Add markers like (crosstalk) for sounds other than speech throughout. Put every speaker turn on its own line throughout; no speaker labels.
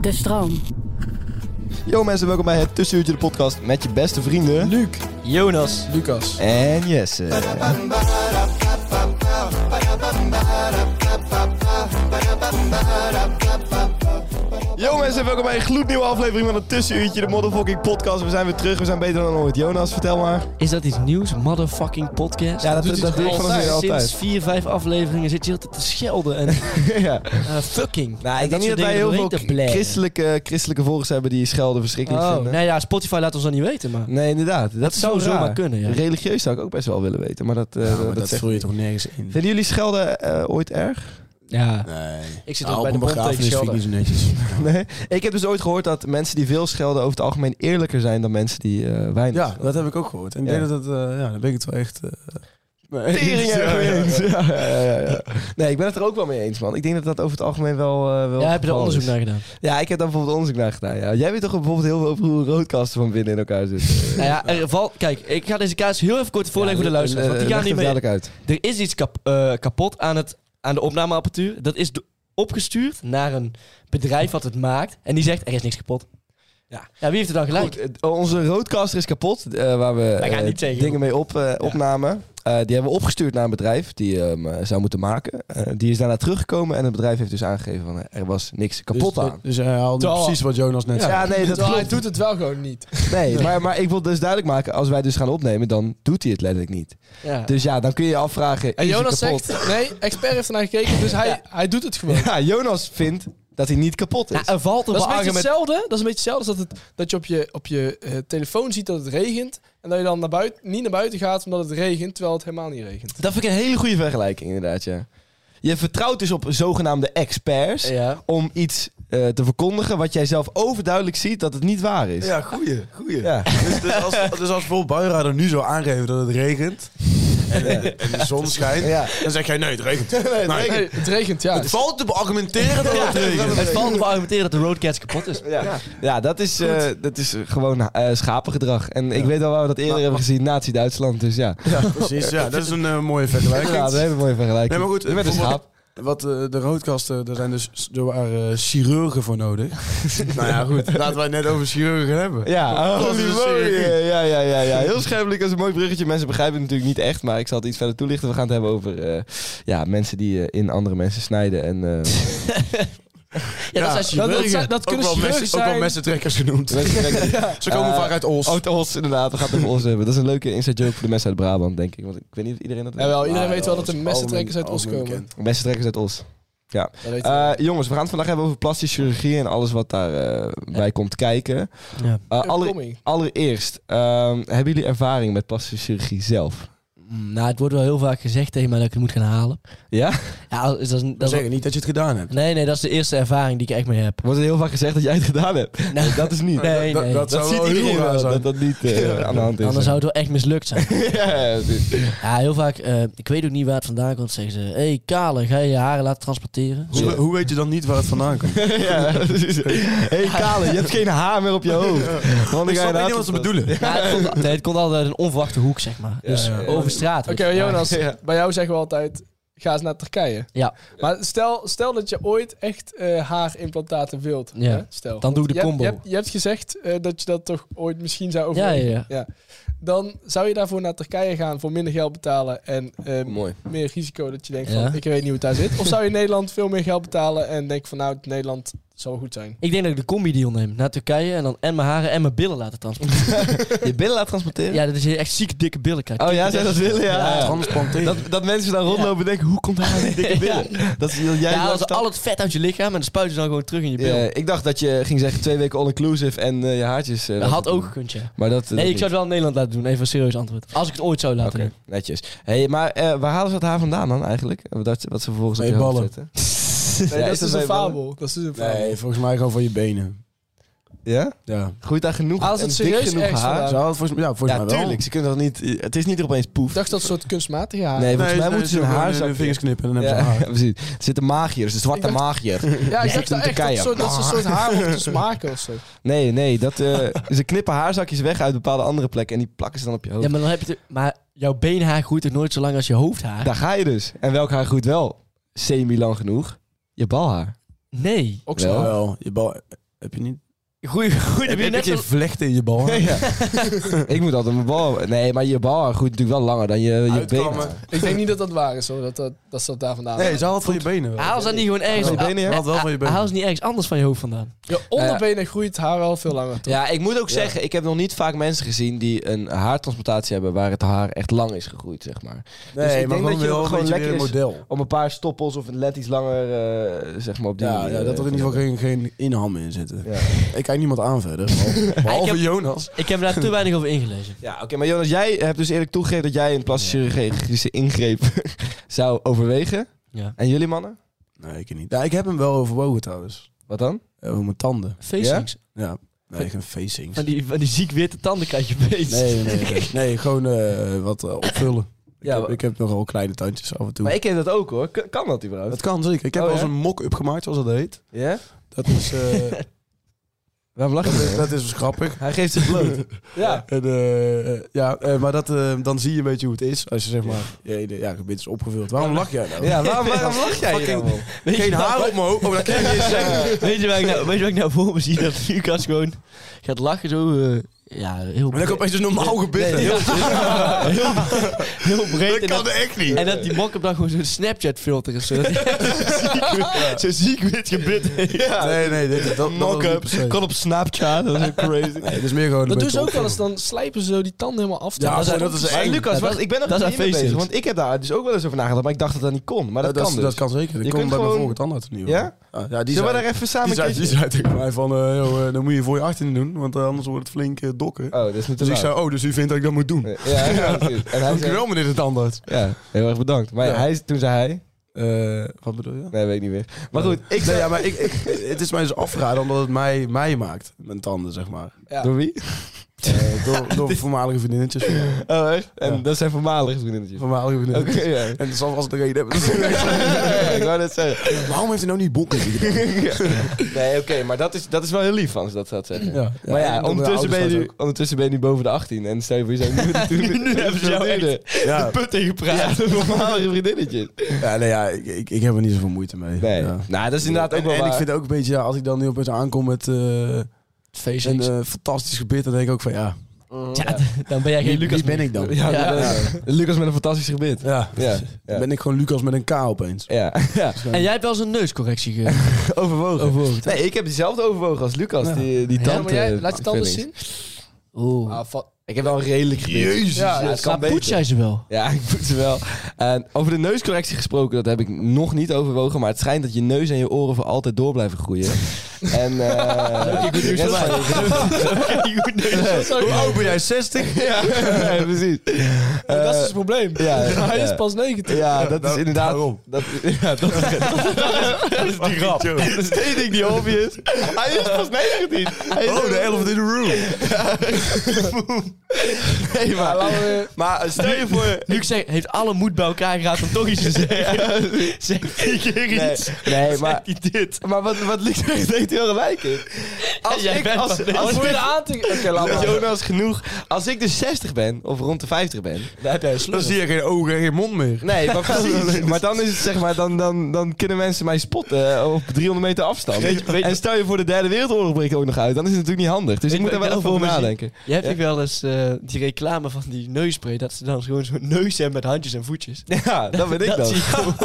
De stroom.
Yo mensen, welkom bij het Tussenuurtje de podcast met je beste vrienden... Luc, Jonas
Lucas.
en Jesse. Yo mensen, welkom bij een gloednieuwe aflevering van het Tussenuurtje, de motherfucking podcast. We zijn weer terug, we zijn beter dan ooit. Jonas, vertel
(laughs)
maar. (laughs)
Is dat iets nieuws? Motherfucking podcast?
Ja, dat-
doet
dat
hij
doe ik vanaf nu altijd.
Sinds vier, vijf afleveringen zit je altijd te schelden en (laughs)
ja.
eh, fucking.
Nou,
En
ik denk niet
soort
dat
dingen
wij heel
doorheen
veel
te blaren.
christelijke, christelijke volgers hebben die schelden verschrikkelijk
Oh,
vinden.
nee, ja, Spotify laat ons dat niet weten, maar...
Nee, inderdaad. Dat, is
zou
wel raar.
zomaar kunnen, ja.
Religieus zou ik ook best wel willen weten, maar dat, eh dat,
maar dat
zegt...
voel je toch nergens in?
Vinden jullie schelden eh, ooit erg?
(laughs) Ja.
Nee.
Ik zit
Nou,
ook bij
op
de
een begrafenis vind ik
begrafenis
niet zo netjes.
Nee, ik heb dus ooit gehoord dat mensen die veel schelden over het algemeen eerlijker zijn dan mensen die eh weinig.
(laughs) ja, dat heb ik ook gehoord. En ik
Ja.
denk dat dat, eh, ja, dan ben ik het wel echt... eh,
(laughs)
(laughs)
Tering
Ja,
erg
ja, Dus,
mee
ja.
eens. Ja, ja, ja, ja. Nee, ik ben het er ook wel mee eens, man. Ik denk dat dat over het algemeen wel. eh, wel
Ja, heb
het
je er
geval
onderzoek
is.
naar gedaan?
Ja, ik heb daar bijvoorbeeld onderzoek naar gedaan. Ja. Jij weet toch bijvoorbeeld heel veel over hoe roodkasten van binnen in elkaar zitten.
nou ja, er valt... Kijk, ik ga deze kaas heel even kort voorleggen voor de
eh,
luisteraars, want die gaan niet mee.
dadelijk uit.
Er is iets kap- eh, kapot aan, het, aan de opnameapparatuur. Dat is do- opgestuurd naar een bedrijf wat het maakt. En die zegt, er is niks kapot.
Ja.
ja wie heeft er dan gelijk?
Goed, eh, onze roodkaster is kapot, eh, waar we
Wij gaan
eh,
niet zeggen
dingen mee op, eh, opnamen. Eh, die hebben we opgestuurd naar een bedrijf die hem eh, zou moeten maken. Eh, die is daarna teruggekomen en het bedrijf heeft dus aangegeven van eh, er was niks kapot
dus,
aan.
Dus hij haalde
Terwijl-
precies wat Jonas net
Ja,
zei.
nee, dat
Terwijl Nou, hij
klopt.
doet het wel gewoon niet.
(laughs)
Nee, maar, maar ik wil dus duidelijk maken, als wij dus gaan opnemen, dan doet hij het letterlijk niet.
Ja.
Dus ja, dan kun je je afvragen,
En
is
Jonas
hij kapot?
zegt, nee, expert heeft ernaar gekeken, dus hij, hij doet het gewoon.
(laughs) Ja, Jonas vindt dat hij niet kapot
Nou,
is.
er valt een
Dat is, een beetje
argument.
hetzelfde, dat is een beetje hetzelfde als dat, het, dat je op je, op je eh, telefoon ziet dat het regent. En dat je dan naar buiten, niet naar buiten gaat omdat het regent, terwijl het helemaal niet regent.
Dat vind ik een hele goede vergelijking inderdaad, ja. Je vertrouwt dus op zogenaamde experts
Ja.
om iets eh, te verkondigen wat jij zelf overduidelijk ziet dat het niet waar is.
Ja, goeie, goeie.
Ja.
Dus, dus (laughs) als, dus als bijvoorbeeld buienradar nu zou aangeven dat het regent en, eh, en de zon schijnt,
Ja.
dan zeg jij nee, het regent. (laughs) Nee,
Nee, het regent, ja.
Het valt te beargumenteren dat het regent.
Het valt te argumenteren dat de Roadcats kapot is.
Ja. Ja, dat is, eh, dat is gewoon eh, schapengedrag. En ik weet al waar we dat eerder hebben gezien, Nazi-Duitsland. Dus ja,
Ja, precies. Ja, dat is een eh, mooie vergelijking.
ja dat hebben we mooie vergelijking.
Nee, maar goed,
je bent een
bijvoorbeeld-
schaap.
Wat eh, de roodkasten, daar zijn dus er waren, eh, chirurgen voor nodig. nou ja, goed. Laten wij het net over chirurgen hebben.
Ja,
Dat
oh,
is
die
een
mooie.
serie.
ja, ja, ja, ja. Heel scherpelijk als een mooi bruggetje. Mensen begrijpen het natuurlijk niet echt, maar ik zal het iets verder toelichten. We gaan het hebben over eh, ja, mensen die eh, in andere mensen snijden. En,
(laughs)
eh,
Ja, dat zijn
dat, dat,
chirurgen.
zijn- dat
ook
kunnen
wel,
chirurgen
mes- ook wel
zijn.
messentrekkers genoemd.
mensen denken-
(laughs) Ze komen
Eh,
vaak uit Oost.
oh, het Os, inderdaad. We gaan het over Os hebben. Dat is een leuke inside joke voor de mensen uit Brabant, denk ik. Want ik weet niet of iedereen dat weet.
Jawel, iedereen
Ah,
weet wel
ja,
dat de
is
messentrekkers uit Os
algemeen-
komen.
algemeen
Mensen trekken ze uit Os.
Dat weet
Eh,
je.
jongens, we gaan het vandaag hebben over plastische chirurgie en alles wat daarbij bij komt kijken.
Ja.
Eh,
Een
aller-
commie.
allereerst, ehm, hebben jullie ervaring met plastische chirurgie zelf?
Mm, Nou, het wordt wel heel vaak gezegd tegen mij dat ik het moet gaan halen.
Ja?
Ja, dat is, dat is-
We zeggen niet dat je het gedaan hebt.
nee, nee, dat is de eerste ervaring die ik echt mee heb.
Wordt er heel vaak gezegd dat jij het gedaan hebt.
Nou,
Dat is niet.
Nee, nee.
Dat, dat,
Dat
zou
ziet
wel
iedereen
heel raar
wel,
zijn.
dat dat niet eh, aan de hand is.
Anders zou het wel echt mislukt zijn.
(laughs) ja, ja, precies. (laughs)
Ja, heel vaak, eh, ik weet ook niet waar het vandaan komt, zeggen ze... Hé, hey, Kale, ga je je haren laten transporteren?
Hoe, hoe weet je dan niet waar het vandaan komt? Ik
ja, precies. hey, Kale, je hebt geen haar meer op je hoofd. Want
snap niet wat ze bedoelen.
(laughs) Ja, het, komt, nee, het komt altijd uit een onverwachte hoek, zeg maar. Dus
ja, ja.
over straat.
Oké,
weet je.
Jonas,
Ja.
bij jou zeggen we altijd, ga eens naar Turkije.
Ja.
Maar stel, stel dat je ooit echt eh, haarimplantaten wilt.
Ja.
Hè? Stel.
Dan doe ik de
Want
combo.
je hebt- Je hebt, je hebt gezegd eh, dat je dat toch ooit misschien zou
Ja,
overwegen.
ja, ja.
Dan zou je daarvoor naar Turkije gaan voor minder geld betalen en eh,
Mooi.
meer risico dat je denkt
Ja.
van ik weet niet hoe het daar zit. Of zou je in Nederland veel meer geld betalen en denk van nou Nederland zal goed zijn.
Ik denk dat ik de combi-deal neem naar Turkije en dan en mijn haren en mijn billen laten transporteren.
Je billen laat transporteren?
ja, dat is echt ziek dikke billen. Kijk.
Oh ja, zij dat willen? Ja.
Ja.
Transplanteer.
Dat, dat mensen dan rondlopen en denken, hoe komt hij aan die
(laughs)
dikke
Ja.
billen? Dat is, dat jij
ja,
langs
als
stapt.
al het vet uit je lichaam en dan spuiten ze dan gewoon terug in je
Ja,
billen.
ik dacht dat je ging zeggen twee weken all-inclusive en eh, je haartjes... eh,
dat had
laten
ook
doen.
gekund, ja.
Maar dat... eh,
Nee,
dat
ik zou het wel in Nederland laten doen. Even een serieus antwoord. Als ik het ooit zou
niet.
laten
Oké,
doen. (laughs)
netjes. Hey, maar eh, waar halen ze dat haar vandaan dan eigenlijk? Dat, wat ze vervolgens op
Bij
je hoofd
ballen.
zetten?
Nee,
Ja,
dat
is
is
dat
dus een
bij mannen?
fabel. Dat is dus een fabel.
Nee, volgens mij gewoon van je benen.
Ja?
Ja.
Groeit daar genoeg
Halen ze
en
het
dik
serieus
genoeg
ergens
haar?
vandaan?
Zou het volgens, ja, volgens
Ja,
mij wel.
tuurlijk. Ze kunnen dat niet... eh, Het is niet er opeens poef.
Ik dacht dat soort kunstmatige haar.
Nee,
Nee,
volgens mij moeten ze hun haar...
in hun vingers knippen en dan hebben ze
Ja, (laughs)
haar.
precies. Er zit een magier, dus een zwarte
Ik dacht-
magier.
Ja, ik
echt
dacht
in
dat echt dat,
Turkije.
soort, dat ze een soort haar moeten smaken of zo.
Nee, nee. Dat, eh, (laughs) ze knippen haarzakjes weg uit bepaalde andere plekken en die plakken ze dan op je hoofd.
Ja, maar dan heb je... te- Maar jouw beenhaar groeit toch nooit zo lang als je hoofdhaar?
Daar ga je dus. En welk haar groeit wel? Semi-lang genoeg. Je balhaar.
Nee.
Ook
Wel.
zo.
Wel, je bal heb je niet.
Goeie, goeie,
Heb
heb je
je
net zo...
geen vlechten in je bal?
(laughs) Ja. ik moet altijd mijn bal... Nee, maar je balhaar groeit natuurlijk wel langer dan je, je
Uitkomen.
benen.
Ik denk niet dat dat waar is hoor, dat dat, dat, ze dat daar vandaan
Nee, ze haalt van je benen. wel.
Haal ze dat niet gewoon ergens...
Van je benen, ja?
Ah,
Haal het wel van je
ah,
benen.
Haal ze niet ergens anders van je hoofd vandaan.
Je onderbenen groeit haar wel veel langer toch?
Ja, ik moet ook zeggen, ik heb nog niet vaak mensen gezien die een haartransplantatie hebben waar het haar echt lang is gegroeid, zeg maar.
Nee,
Dus ik
maar
denk
gewoon
dat je
wel
ook
een
gewoon
beetje
lekker
weer
is.
een model.
Om een paar stoppels of een let iets langer, eh, zeg maar, op die
Ja,
manier,
ja, dat er
eh,
in ieder geval geen, geen inhammen in zitten.
Ja,
Ik kijk niemand aan verder. Behalve
heb-
Jonas.
Ik heb daar te weinig over ingelezen.
ja oké, maar Jonas, jij hebt dus eerlijk toegegeven dat jij een plastische chirurgische ingreep (laughs) zou overwegen.
Ja.
En jullie mannen?
Nee, ik niet. Ja, ik heb hem wel overwogen trouwens. Eh,
Wat dan?
Over mijn tanden.
Facings.
Ja. Nee, geen facings.
Van,
Nee,
die, van die ziek witte tanden krijg je opeens.
nee, nee. nee. (laughs) Nee, gewoon eh, wat eh, opvullen. Ik,
Ja,
heb,
wa-
ik heb nogal kleine tandjes af en toe.
Maar ik heb dat ook hoor. K- kan dat überhaupt?
Dat kan zeker. Ik heb
Oh,
wel eens
ja?
een mock-up gemaakt, zoals dat heet.
Ja?
Dat
(laughs)
is, eh,
Waarom lach
dat is,
je?
dat is grappig.
Hij geeft zich bloot.
Ja, en, eh, eh, ja eh, maar dat, eh, dan zie je een beetje hoe het is. Als je zeg maar, ja, je- ja je bent is opgevuld. Waarom lach jij
(laughs)
nou?
ja, waarom, waarom lach jij hier
Fucking-
dan om?
Weet je
Geen
wat-
haar op mijn hoofd. Oh, dat kan je niet zeggen. (laughs)
Weet je, waar ik nou, weet je wat ik nou voor me zie? Dat Lucas gewoon gaat lachen zo. eh, ja, heel
Maar dat kan
breed.
opeens dus normaal gebitten.
Nee, heel, (laughs) heel, heel breed.
Dat
En
kan
dat,
echt niet.
en dat die mock-up dan gewoon zo'n Snapchat filter is. (laughs) Zodat hij zo ziek wit gebit heeft.
Nee, nee, dit, dat, dat was niet per se.
Kan op Snapchat, dat is crazy.
Nee, dat is meer gewoon een
Dat doen
beetje
ze ook wel
opvullen.
eens, dan slijpen ze zo die tanden helemaal af.
Ja,
Dat
maar
is-
dat is
Maar
eng.
Lucas,
Ja,
wacht,
dat-
ik ben er
dat
nog
is
niet mee bezig.
feestelijk.
Want ik heb daar dus ook wel eens over nagedacht, maar ik dacht dat dat niet kon. Maar dat,
Ja,
kan
is-
dus.
dat kan zeker. Dat
Je
komt bij
kunt
mijn
gewoon-
vorige tandarts niet. hoor. Ah,
Ja?
ja die
Zullen we
zei,
daar even
die
samen
zei, die
kijken?
zei tegen mij van, eh, joh, eh, dan moet je voor je 18 doen, want eh, anders wordt het flink eh, dokken.
Oh, dat is niet te
dus ik
laat.
zei, oh, dus u vindt dat ik dat moet doen.
Ja, Ja, ja, (laughs) precies. En hij zei...
Dankjewel meneer de tandarts.
Ja, heel erg bedankt. Maar
Ja.
hij, toen zei hij...
Eh, wat bedoel je?
Nee, weet ik niet meer. Maar goed, ik
Nee,
zei...
ja, maar ik, ik, het is mij dus afgeraden omdat het mij, mij maakt, mijn tanden, zeg maar.
ja.
Door wie?
Eh, door, (laughs) door voormalige vriendinnetjes. van mij.
Oh, echt? En
Ja.
dat zijn voormalige vriendinnetjes.
Voormalige
Oké,
vriendinnetjes.
ja.
En dat was de reden (laughs) hebben.
Ja, ik wou net zeggen.
Waarom heeft hij nou niet bokken gedaan?
Nee, oké, maar dat is, dat is wel heel lief van ze dat ze dat zeggen.
Ja.
Maar
en
ja,
door de
ondertussen
ouders
ben, je
thuis
nu, ondertussen ben je nu boven de 18 en stel je voor je zou
(laughs)
nu...
Nu- nu hebben ze jou echt-
ook. Ja,
Put ingepraat.
Ja, voormalige vriendinnetjes.
ja, nee, ja ik, ik, ik heb er niet zoveel moeite mee.
Nee,
Ja.
nou, dat is inderdaad ook
En,
wel
en ik
waar.
vind ook een beetje, ja, als ik dan nu opeens aankom met eh, een
Facings.
eh, fantastisch gebit, dan denk ik ook van ja,
ja, dan ben jij geen
wie,
Lucas
wie ben
meer.
ik dan?
Ja,
Ja.
dat is-
(laughs)
Lucas met een fantastisch gebit.
Ja.
Ja, ja.
Dus Dan ben ik gewoon Lucas met een K opeens.
Ja, (laughs) ja.
En jij hebt wel eens een neuscorrectie ge-
(laughs)
overwogen.
overwogen.
Nee, ik heb diezelfde overwogen als Lucas, die, die tand.
Ja, maar jij,
eh,
laat je tanden zien.
Oeh.
Ah, va-
Ik heb wel een redelijk gebit.
Jezus,
ja,
ja,
het kan
maar poets
beter.
jij ze
(laughs)
wel?
Ja, ik moet ze wel. En over de neuscorrectie gesproken, dat heb ik nog niet overwogen. Maar het schijnt dat je neus en je oren voor altijd door blijven (laughs) groeien. en, eh
Oké, goed nieuws.
ja, maar-
Oké, goed nieuws.
Hoe oud ben jij? 60?
(laughs) ja, (laughs) ja, precies.
dat is dus
Eh,
het probleem.
ja, ja.
(laughs) Hij is pas 19.
ja, dat is
Nou,
inderdaad...
daarom.
Dat, ja, dat is, (laughs) dat is die (laughs) grap. Dat is de ding die hobby (laughs) is. Hij is pas 19. Hij is
Oh, de
helft.
helft in de room.
Nee,
Ja,
maar,
laten we-
maar eh, stel je (laughs) voor...
Luc zegt, heeft alle moed bij elkaar gehad om toch
(laughs)
iets te zeggen. Zeg vier keer
Nee,
iets.
nee maar...
Zeg niet dit.
(laughs) Maar wat, wat Luc zegt, heeft heel een wijk in. Als
Jij
ik,
bent
als,
van
als,
Als
ik-
je er aan te... Oké, laat maar.
Jonas, genoeg. Als ik dus 60 ben, of rond de 50 ben.
Daar heb jij een
Dan
slurp.
zie je geen ogen en geen mond meer.
Nee, (laughs) maar precies. maar dan is het zeg maar, dan, dan, dan kunnen mensen mij spotten eh, op 300 meter afstand.
Weet je- weet je-
en stel je voor de derde wereldoorlog breekt ook nog uit, dan is het natuurlijk niet handig. Dus ik
Weet
moet
je
daar wel
wat
even
ik wel
over
voor me
nadenken. (laughs)
Je hebt hier wel eens eh, die reclame van die neuspray. Dat ze dan gewoon zo'n neus hebben met handjes en voetjes.
Ja, dat ben ik
Dat
dan.
zie je
(laughs)
gewoon.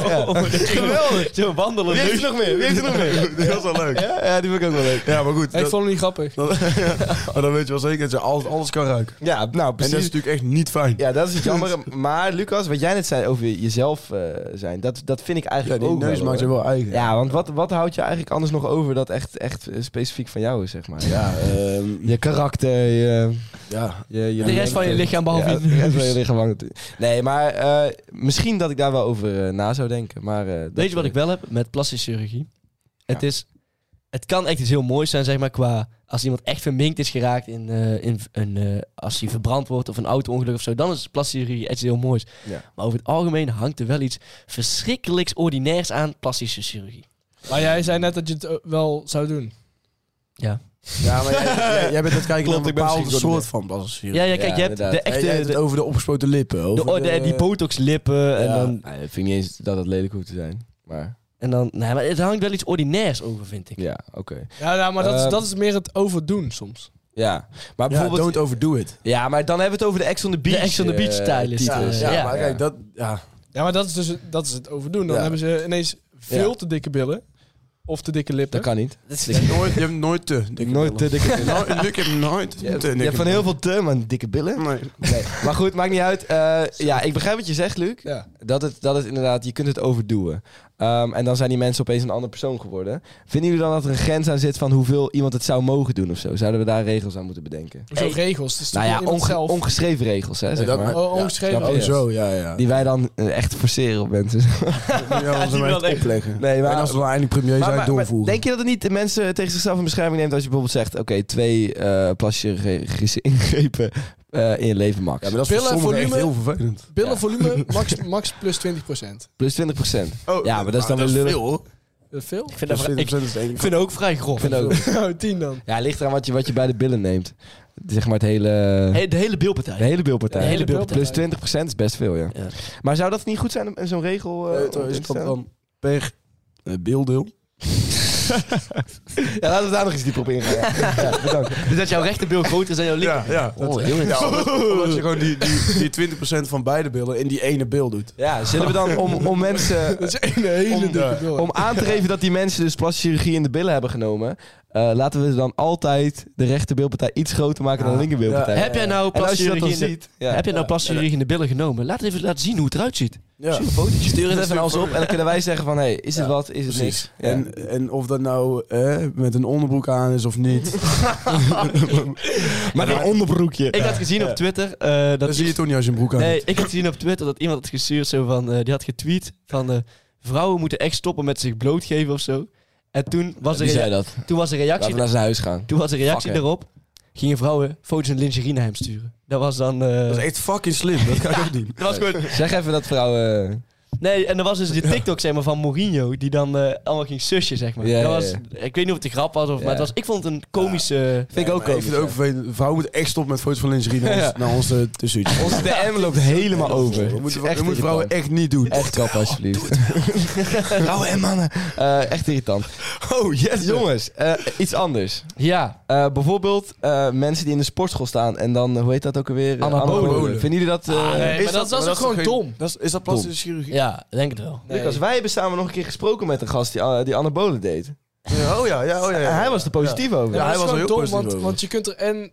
Ja.
Geweldig. Zo'n wandelen
Wie heeft
neus.
er nog meer? Wie heeft er nog meer?
(laughs) Dat is wel leuk.
Ja, ja, die vind ik ook wel leuk.
Ja, maar goed.
Ik
dat-
vond hem niet grappig.
dat- maar Oh, dan weet je wel zeker dat je alles, alles kan ruiken.
Ja, nou
En dus- dat is
precies.
natuurlijk echt niet fijn.
Ja, dat is het
(laughs)
jammer. Maar Lucas, wat jij net zei over jezelf eh, zijn, dat, dat vind ik
Ja,
eigenlijk
die
ook
neus
wel,
maakt je
hoor.
wel eigen.
Ja, want wat, wat houdt je eigenlijk anders nog over dat echt, echt eh, specifiek van jou is, zeg maar? (laughs)
Ja, ehm,
Je karakter, je...
ja.
je, je eh,
De rest van je lichaam behalve
Ja,
je
de rest van je
neus.
lichaam hangt het- Nee, maar eh, misschien dat ik daar wel over eh, na zou denken. Maar, eh, dat-
Weet je wat ik wel heb met plastische chirurgie? Het,
Ja.
is, het kan echt iets heel moois zijn, zeg maar, qua... Als iemand echt verminkt is geraakt in, eh, in v- een... eh, als hij verbrand wordt of een auto-ongeluk of zo... dan is plastische chirurgie echt iets heel moois.
Ja.
Maar over het algemeen hangt er wel iets verschrikkelijks ordinairs aan plastische chirurgie.
Maar jij zei net dat je het eh, wel zou doen.
ja,
(laughs)
maar jij, jij- jij bent aan het kijken
Klopt,
naar een
ik ben
bepaalde
misschien gewoon
soort van basis hier.
Ja, ja kijk,
Ja,
je hebt de
inderdaad.
Echt,
echte...
het
De,
over de opgespoten lippen.
de,
Over
oh, de- die botox-lippen en
Ja.
dan...
Nee, eh, vind ik niet eens dat het lelijk hoeft te zijn. Maar
En dan nee, maar het hangt wel iets ordinairs over, vind ik.
ja, oké.
Ja, nou, maar dat, is,
Ehm.
dat is meer het overdoen soms.
Ja, maar
bijvoorbeeld...
bijvoorbeeld...
don't overdo it.
Ja, maar dan hebben we het over de Ex on the Beach.
De Ex on the Beach
eh,
style is het,
Ja,
titels.
eh,
ja,
ja.
maar kijk, dat... Ja.
Ja, maar dat is dus dat is het overdoen. Dan
Ja.
hebben ze ineens veel te dikke billen. Of te dikke lippen.
Dat kan niet.
Je hebt nooit, je hebt nooit te dikke
Nooit te dikke billen.
billen. Nooit- ik heb nooit
Je hebt,
te
je hebt
dikke
van heel veel te, maar dikke billen.
billen. Nee.
Nee. Maar goed, maakt niet uit. Eh, ja, ik begrijp wat je zegt, Luc.
Ja.
Dat het, dat het inderdaad, je kunt het overdoen. Ehm, en dan zijn die mensen opeens een ander persoon geworden. Vinden jullie dan dat er een grens aan zit van hoeveel iemand het zou mogen doen of zo? Zouden we daar regels aan moeten bedenken?
Zo regels. Het is
nou ja,
toch iemand
onge-
zelf.
ongeschreven regels, hè, zeg
dat-
maar.
Oh, ongeschreven.
snap je?
Oh, zo, ja, ja.
Die wij dan eh, echt forceren op mensen.
moet je wel eens een
wel
beetje
echt.
opleggen.
Nee, maar-
en als we dan eindelijk premier
Maar-
zijn,
maar- maar
doorvoeren.
denk je dat het niet de mensen tegen zichzelf in bescherming neemt als je bijvoorbeeld zegt: oké, twee eh plastische ingrepen eh, in je leven max.
ja, maar dat is voor
Billen,
sommigen echt
volume.
heel vervelend.
Billen
Ja.
volume max, max plus 20 procent.
Plus 20 procent. Ja, maar dat is dan weer lullig.
Oh, veel, hoor.
(laughs) veel?
Ik vind,
Dat
dat,
is
ik
20% is het enige.
vind het ook vrij grof.
Ik vind ook.
Oh, 10 dan.
Ja, ligt eraan wat je, wat je bij de billen neemt. Zeg maar het hele...
Hey, de hele
De
beeldpartij.
hele bilpartij.
De hele
Plus
bilpartij.
20% is best veel, ja.
Ja.
Maar zou dat niet goed zijn, om- zo'n regel? eh,
Eh,
om
dan
in
is
te
het dan-
stellen?
dan per eh, beelddeel.
(laughs) Ja, laten we daar nog eens dieper op ingaan. Ja. Ja, bedankt.
Dus dat jouw rechterbeeld groter is dan jouw linker.
ja.
Oh, heel interessant.
omdat je gewoon die, die, die 20% van beide beelden in die ene beeld doet.
Ja, zullen we dan om, om mensen...
Dat is een hele
Om-
dikke
ja.
bil.
Om aan te geven dat die mensen dus plastische chirurgie in de billen hebben genomen... eh, laten we dan altijd de rechter bilpartij iets groter maken dan de linker bilpartij.
Ja.
Heb jij nou
En als je dat dan
plastic in,
ziet... Ja.
de- heb jij nou plastic chirurgie in de billen genomen? Laat even laten zien hoe het eruit ziet.
Ja,
Stuur het even naar ons op en dan kunnen wij zeggen van... hey, is het
Ja,
wat, is het niks? Ja.
En, en of dat nou eh, met een onderbroek aan is of niet.
Met een onderbroekje.
Ik had gezien op Twitter eh, dat...
dat zie je toch niet als je een broek aan
Nee,
hebt.
ik had gezien op Twitter dat iemand had gestuurd zo van... eh, die had getweet van... eh, vrouwen moeten echt stoppen met zich blootgeven of zo. En toen was,
Wie
er,
zei dat?
toen was er
Laten
reactie...
we naar zijn huis gaan.
Toen was de reactie
Fuck, hè.
erop. Gingen vrouwen foto's in lingerie naar hem sturen. Dat was dan... eh,
Dat is echt fucking slim. Dat kan ik ook niet.
dat was gewoon...
Zeg even dat vrouwen... eh,
Nee, en er was dus
(laughs)
die TikTok zeg maar, van Mourinho. Die dan eh, allemaal ging susje, zeg maar.
Ja,
dat
ja,
was,
ja.
Ik weet niet of het een grap was, of,
Ja.
maar het was, ik vond het een komische...
Vind ik ook
Ik vind het ook vervelend. Vrouwen moeten echt stoppen met foto's van lingerie naar ons,
Ja.
naar ons eh, tussenuitje.
Onze DM loopt helemaal over.
Dat moeten,
Het is echt
dat moeten vrouwen
irritant.
echt niet doen.
Echt kap, alsjeblieft. (laughs) Vrouwen en mannen. Eh, echt irritant. Oh, yes. Jongens, eh, iets anders.
Ja.
Eh, bijvoorbeeld eh, mensen die in de sportschool staan en dan, eh, hoe heet dat ook alweer? Eh,
Anabolen.
Vinden jullie dat... eh,
Ah, nee,
maar dat- dat is ook
toch
gewoon
geen-
dom.
dat is, is dat plastische chirurgie?
Ja, denk het wel.
Nee.
Lucas, wij hebben samen nog een keer gesproken met een gast die, eh, die anabolen deed.
Ja, Oh ja, ja, oh ja. ja.
En hij was er positief over.
Ja,
hij was
maar dat is
er heel
gewoon dom,
positief
want,
over.
want je kunt er en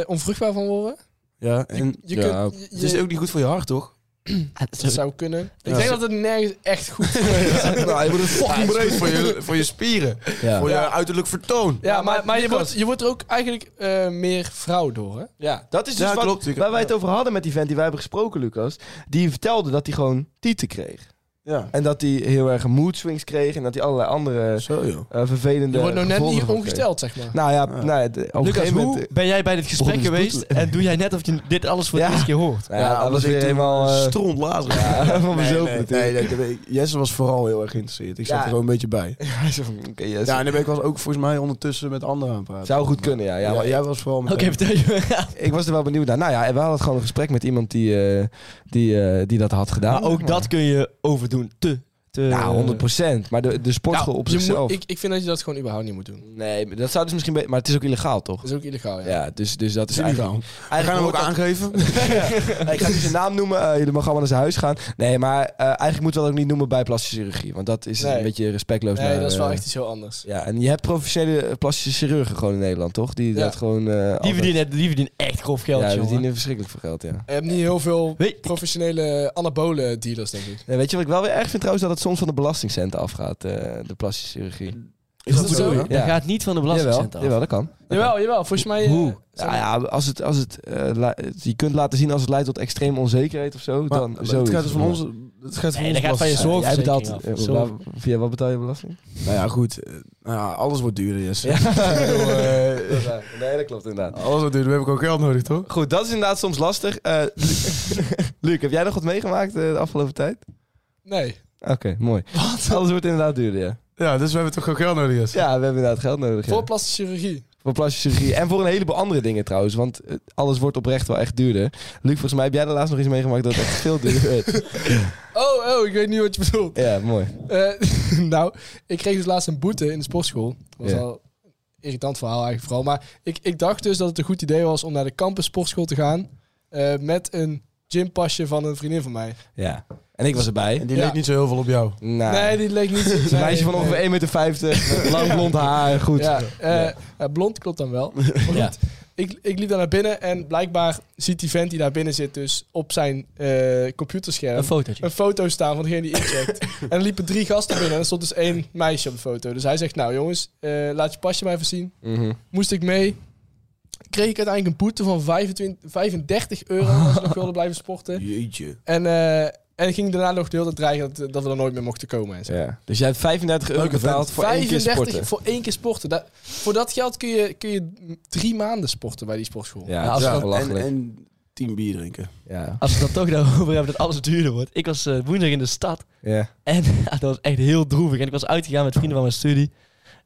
eh, onvruchtbaar van worden.
Ja, en
Je
Ja,
kunt, je-
het is ook niet goed voor je hart, toch?
dat zou kunnen. Ik
Ja.
denk dat het nergens echt goed is.
nou, je wordt een (laughs) fucking breed voor je, voor je spieren.
Ja.
Voor
Ja.
je uiterlijk vertoon.
Ja, maar, maar je,
Lucas.
wordt, je wordt er ook eigenlijk eh, meer vrouw door, hè?
Ja, dat is dus
Ja,
wat,
klopt.
waar wij het over hadden met die vent die wij hebben gesproken, Lucas. Die vertelde dat hij gewoon tieten kreeg.
Ja.
En dat hij heel erg mood swings kreeg en dat hij allerlei andere
Zo joh.
eh, vervelende
Je wordt nou net
gevolgen
niet
van kreeg.
ongesteld, zeg maar.
Nou ja,
Ja.
nou ja, d- op een
Lucas,
gegeven moment... eh,
hoe ben jij bij dit gesprek
Begon dus
geweest en doe jij net of je dit alles voor de
Ja.
eerste keer hoort?
Nou ja, dat was weer helemaal... eh, (laughs)
stront later.
ja, van
nee,
mezelf
nee,
natuurlijk. (laughs)
nee, nee, nee. Jesse was vooral heel erg geïnteresseerd. Ik zat
Ja.
er gewoon een beetje bij.
Hij zo van, oké, yes.
Ja, en dan ben ik was ook volgens mij ondertussen met anderen aan het praten.
Zou goed kunnen, ja. ja,
Ja,
maar
jij was vooral met
Oké, vertel je.
Ik was er wel benieuwd naar. Nou ja, en we hadden gewoon een gesprek met iemand die, eh, die, eh, die dat had gedaan.
maar ook dat kun je overdoen. Te. te
Ja, 100 Maar de, de sportschool
Nou,
op
je moet-
zichzelf...
ik, ik vind dat je dat gewoon überhaupt niet moet doen.
Nee, maar dat zou dus misschien... be- Maar het is ook illegaal, toch?
Dat is ook illegaal, ja.
Ja, dus, dus dat is
Jullie gaan.
eigenlijk...
We
eigenlijk
gaan hem ook
hoort dat-
aangeven.
(laughs) Ja, ik ga niet zijn naam noemen. eh, jullie mogen allemaal naar zijn huis gaan. Nee, maar eh, eigenlijk moeten we dat ook niet noemen bij plastische chirurgie. Want dat is
Nee.
een beetje respectloos.
Nee,
naar,
dat is wel
eh,
echt iets heel anders.
Ja, en je hebt professionele eh, plastische chirurgen gewoon in Nederland, toch? Die
Ja.
dat gewoon... eh, altijd-
Die verdienen, die verdienen echt grof geld,
Ja, die
jongen.
verdienen verschrikkelijk veel geld, ja.
Je hebt niet heel veel
Weet-
professionele anabole dealers, denk ik.
Nee, weet je wat ik wel weer erg vind trouwens? Dat het soms van de belastingcenten afgaat, eh, de plastische chirurgie.
Is dat zo?
dat zo?
ja?
Dat
Ja.
gaat niet van de
Jawel,
belastingcenten af.
jawel, dat kan.
Jawel, jawel. Volgens mij... eh,
Hoe?
zijn
Ja, ja, als het, als het, eh, la- je kunt laten zien als het leidt tot extreme onzekerheid of zo,
Maar
dan
het
zoiets.
gaat dus van ons. Het gaat van
Nee,
ons.
dat gaat van je
belasting.
zorg.
Jij betaalt,
af.
eh,
Zo.
waar- via wat betaal je belasting?
Nou ja, goed. eh, Nou ja, alles wordt duurder, Jesse.
(laughs) nee, dat klopt inderdaad.
Alles wordt duurder. We hebben ook geld nodig, toch?
Goed, dat is inderdaad soms lastig. Eh, (laughs) Luc, heb jij nog wat meegemaakt eh, de afgelopen tijd?
Nee.
Oké, mooi. Alles wordt inderdaad duurder, ja.
Ja, dus we hebben toch ook geld nodig, Jesse.
Ja, we hebben inderdaad geld nodig. ja.
Voor plastische chirurgie.
Voor plastische chirurgie. En voor een heleboel andere dingen trouwens. Want eh, alles wordt oprecht wel echt duurder. Luc, volgens mij heb jij er laatst nog iets meegemaakt dat het echt veel duurder werd.
Oh, oh, ik weet niet wat je bedoelt.
(laughs) Ja, mooi.
Eh, (laughs) nou, ik kreeg dus laatst een boete in de sportschool. Dat was
Ja.
al een irritant verhaal eigenlijk vooral. Maar ik, ik dacht dus dat het een goed idee was om naar de campus sportschool te gaan... eh, met een gympasje van een vriendin van mij.
Ja. En ik was erbij.
En die
Ja.
leek niet zo heel veel op jou.
Nou,
Nee, die leek niet...
een meisje van
nee.
ongeveer 1,50 meter, met lang blond haar, goed.
Ja, eh,
Ja.
eh, blond klopt dan
(laughs)
wel. Maar goed,
Ja.
ik, ik liep daar naar binnen en blijkbaar ziet die vent die daar binnen zit dus op zijn eh, computerscherm
Een
een,
fotootje.
foto staan van degene die
(laughs)
incheckt. en er liepen drie gasten binnen en er stond dus één meisje op de foto. Dus hij zegt, nou jongens, eh, laat je pasje maar even zien.
Mhm.
Moest ik mee, kreeg ik uiteindelijk een boete van 25, 35 euro als ik nog wilde blijven
(laughs)
sporten.
Jeetje.
En, eh en ik ging daarna nog de hele tijd dreigen dat, dat we er nooit meer mochten komen en zo.
ja. Dus jij hebt 35 euro
Leuke
betaald voor één keer
35
sporten.
voor één keer sporten. Da- voor dat geld kun je, kun je drie maanden sporten bij die sportschool.
Ja,
Ja,
dat is
als
wel
we-
en,
belachelijk.
en tien bier drinken.
Ja.
Als we het dan toch daarover hebben dat alles duurder wordt. Ik was eh, woensdag in de stad.
Ja.
En (laughs) ja, dat was echt heel droevig. En ik was uitgegaan met vrienden van mijn studie.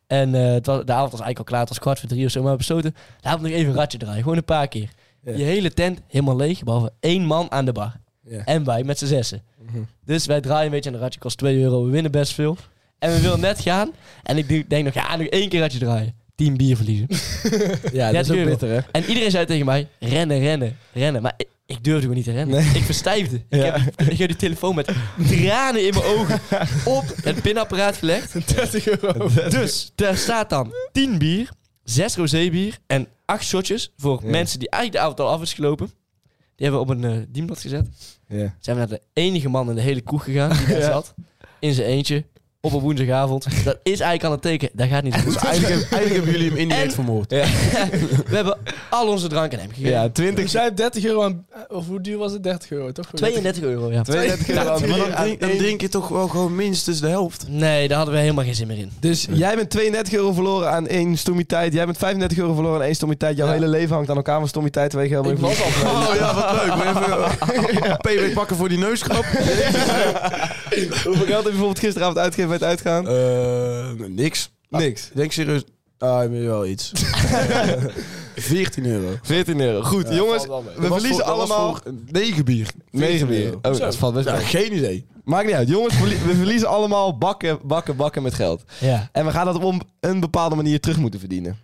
En eh, het was, de avond was eigenlijk al klaar. Het was kwart voor drie of zo. Maar we besloten, laten we nog even een ratje draaien. Gewoon een paar keer.
Ja.
Die hele tent helemaal leeg. Behalve één man aan de bar.
Ja.
En wij met z'n zessen.
Mhm.
Dus wij draaien een beetje aan de ratje. Kost 2 euro. We winnen best veel. En we willen net gaan. En ik denk- denk nog, ja, nog één keer ratje draaien. 10 bier verliezen.
ja, dat is
30
ook
euro.
bitter, hè?
En iedereen zei tegen mij, rennen, rennen, rennen. Maar ik, ik durfde gewoon niet te rennen.
Nee.
Ik verstijfde.
Ja.
Ik, heb, die- ik heb die telefoon met tranen in mijn
(laughs)
ogen op het pinapparaat gelegd.
30 euro.
Dus daar staat dan 10 bier, 6 rosébier en 8 shotjes voor
Ja.
mensen die eigenlijk de avond al af is gelopen. Die hebben we op een eh dienblad gezet.
Ja.
Zijn we naar de enige man in de hele kroeg gegaan die daar zat. In zijn eentje. Op een woensdagavond. Dat is eigenlijk al een teken. Dat gaat niet goed.
Dus
(laughs)
eigenlijk, heb- eigenlijk hebben jullie hem indirect
En-
vermoord.
We hebben al onze drank aan hem gegeven.
Ja, 20
Dus jij hebt 30 euro aan... Of hoe duur was het? 30 euro, toch?
32 euro, ja.
32 euro aan
maar
bier
dan,
aan
drink, dan
één-
drink je toch wel gewoon minstens de helft.
Nee, daar hadden we helemaal geen zin meer in.
Dus jij bent 32 euro verloren aan één stommiteit. Jij bent 35 euro verloren aan één stommiteit. Jouw
Ja.
hele leven hangt aan elkaar van stommiteit. Weet je helemaal
Ik
niet
was
van-
al vrij.
Oh ja, wat leuk. (laughs) PW pakken voor die neusgrap.
Hoeveel geld heb je bijvoorbeeld gisteravond uitgegeven bij het uitgaan?
Eh, niks.
Niks.
Ik Denk serieus. Ah, ik ben wel (laughs) iets. 14 euro.
14 euro. Goed, jongens.
valt wel mee.
We
Dat was
verliezen
voor- dat was
allemaal
voor 9 bier.
9 bier.
euro.
Oh, dat valt best
Ja,
wel.
geen idee.
Maakt niet uit. Jongens, verlie- we verliezen allemaal bakken, bakken, bakken met geld.
Ja,
En we gaan dat op een bepaalde manier terug moeten verdienen.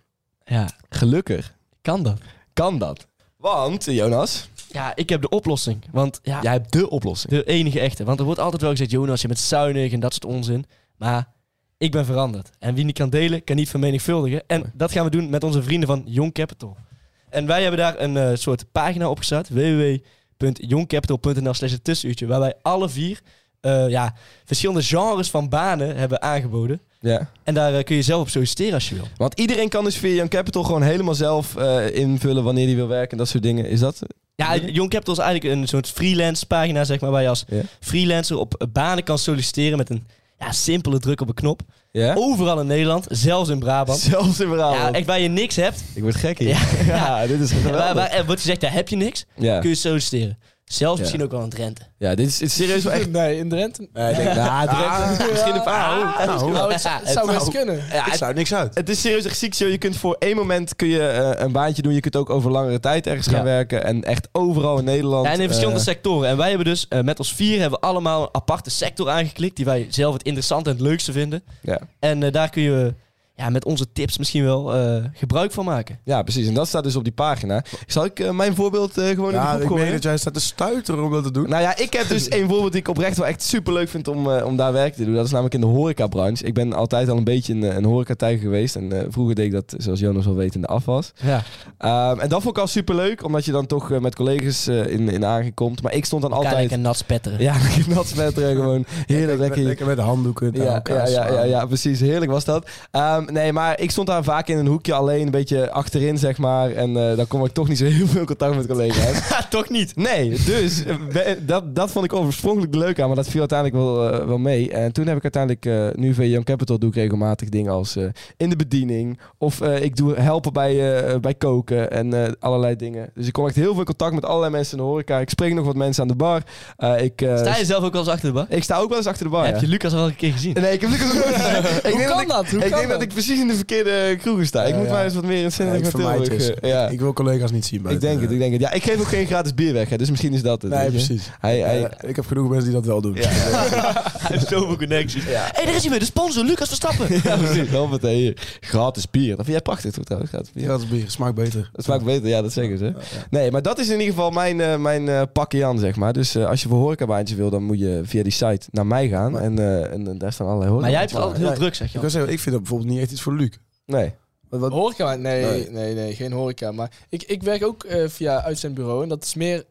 ja.
Gelukkig
Kan dat?
kan dat. Want, eh, Jonas,
Ja, ik heb de oplossing. Want ja,
jij hebt de oplossing.
de enige echte. Want er wordt altijd wel gezegd, Jonas, je bent zuinig en dat soort onzin. Maar ik ben veranderd. En wie niet kan delen, kan niet vermenigvuldigen. En dat gaan we doen met onze vrienden van Young Capital. En wij hebben daar een eh, soort pagina op gestart. www.youngcapital.nl slash het tussenuurtje. Waar wij alle vier eh, ja, verschillende genres van banen hebben aangeboden.
Ja.
En daar eh, kun je zelf op solliciteren als je wil.
Want iedereen kan dus via Young Capital gewoon helemaal zelf eh, invullen wanneer hij wil werken en dat soort dingen. Is dat?
Ja, Young Capital is eigenlijk een soort freelance pagina, zeg maar, waar je als
Hm. Ja.
freelancer op eh, banen kan solliciteren met een ja, simpele druk op een knop.
Ja?
Overal in Nederland, zelfs in Brabant.
Zelfs in
Ja,
verhaal.
echt waar je niks hebt.
Ik word gek hier.
Ja.
(laughs) Ja, dit is
En waar,
geweldig.
waar, eh, wordt gezegd, daar heb je niks,
Ja.
kun je solliciteren. Zelfs
Ja.
misschien ook wel aan het renten.
ja, dit is, dit is serieus wel echt...
Nee, in Drenthe.
Nee, ik
(laughs)
denk, Ah.
Ja, het- misschien een paar.
Ah, Nou, het, het zou best kunnen.
ik sluit niks uit.
Het is serieus echt ziek, joh. Je kunt voor één moment kun je, eh, een baantje doen. Je kunt ook over langere tijd ergens
Ja.
gaan werken. En echt overal in Nederland.
Ja, en in verschillende
eh,
sectoren. En wij hebben dus eh, met ons vier hebben we allemaal een aparte sector aangeklikt die wij zelf het interessant en het leukste vinden.
ja.
En eh, daar kun je ja, met onze tips misschien wel eh, gebruik van maken.
ja, precies. En dat staat dus op die pagina. Zal ik eh, mijn voorbeeld eh, gewoon
Ja,
in de
ik
groep
meen
gooien?
dat jij staat te stuiteren om dat te doen.
Nou ja, ik heb dus een voorbeeld die ik oprecht wel echt super leuk vind om, eh, om daar werk te doen. Dat is namelijk in de horecabranche. Ik ben altijd al een beetje een, eh, een horecatijger geweest. En eh, vroeger deed ik dat, zoals Jonas al weet, in de afwas.
Ja.
Ehm, en dat vond ik al super leuk, omdat je dan toch eh, met collega's eh, in, in aangekomt. Maar ik stond dan altijd...
en nat spetteren.
(laughs) Ja, met nat smetteren gewoon. Heerlijk,
Lekker,
lekker.
lekker met de handdoeken. naar
Ja, ja,
elkaar
ja,
slaan.
ja, ja, precies. Heerlijk was dat. Ehm, nee, maar ik stond daar vaak in een hoekje alleen, een beetje achterin, zeg maar. En eh, dan kom ik toch niet zo heel veel contact met collega's.
(laughs) Toch niet?
Nee, dus eh, we- dat, dat vond ik oorspronkelijk leuk aan, maar dat viel uiteindelijk wel, eh, wel mee. En toen heb ik uiteindelijk, eh, nu via Young Capital doe ik regelmatig dingen als eh, in de bediening. Of eh, ik doe helpen bij, eh, bij koken en eh, allerlei dingen. Dus ik kom echt heel veel contact met allerlei mensen in de horeca. Ik spreek nog wat mensen aan de bar. Eh, ik, eh,
Sta je zelf ook wel eens achter de bar?
ik sta ook wel eens achter de bar.
Heb
Oh, ja.
je Lucas al een keer
(laughs)
gezien?
Nee, ik heb Lucas ook nooit gezien. Ik
Hoe
denk
kan
ik-
dat? Hoe
ik
kan
denk dat
dat?
ik precies in de verkeerde kroeg sta. ik
Ja,
moet
ja.
maar eens wat meer in
Ja,
Centrum
ik
van
vermijd
Tilburg,
dus.
eh, Ja.
Ik wil collega's niet zien.
Ik
buiten.
denk het, ik denk het. Ja, ik geef ook geen gratis bier weg, hè, dus misschien is dat het.
Nee,
weet je.
precies.
Hij, hij,
(laughs) Ja, ik heb genoeg mensen die dat wel doen.
(laughs)
(laughs)
Hij heeft zoveel connecties. Hé, hey, daar is hij weer, de sponsor, Lucas Verstappen.
Ja, (laughs) precies. Dan meteen hier. Gratis bier. Dat vind jij prachtig toch trouwens, gratis bier.
Gratis bier, smaakt beter.
Dat smaakt beter, ja, dat zeggen ze. Nee, maar dat is in ieder geval mijn, eh mijn eh pakje aan, zeg maar. Dus eh, als je voor horecabaantje wil, dan moet je via die site naar mij gaan.
Maar-
en, eh, en, eh, daar staan allerlei horeca.
Maar jij hebt het altijd heel
Ja.
druk, zeg je.
Ik,
al.
wou zeggen, ik vind dat bijvoorbeeld niet echt iets voor Luc.
Nee.
Wat, wat-
Horeca? Nee,
Nee.
nee, nee, geen horeca. Maar ik, ik werk ook eh, via uitzendbureau. En dat is meer,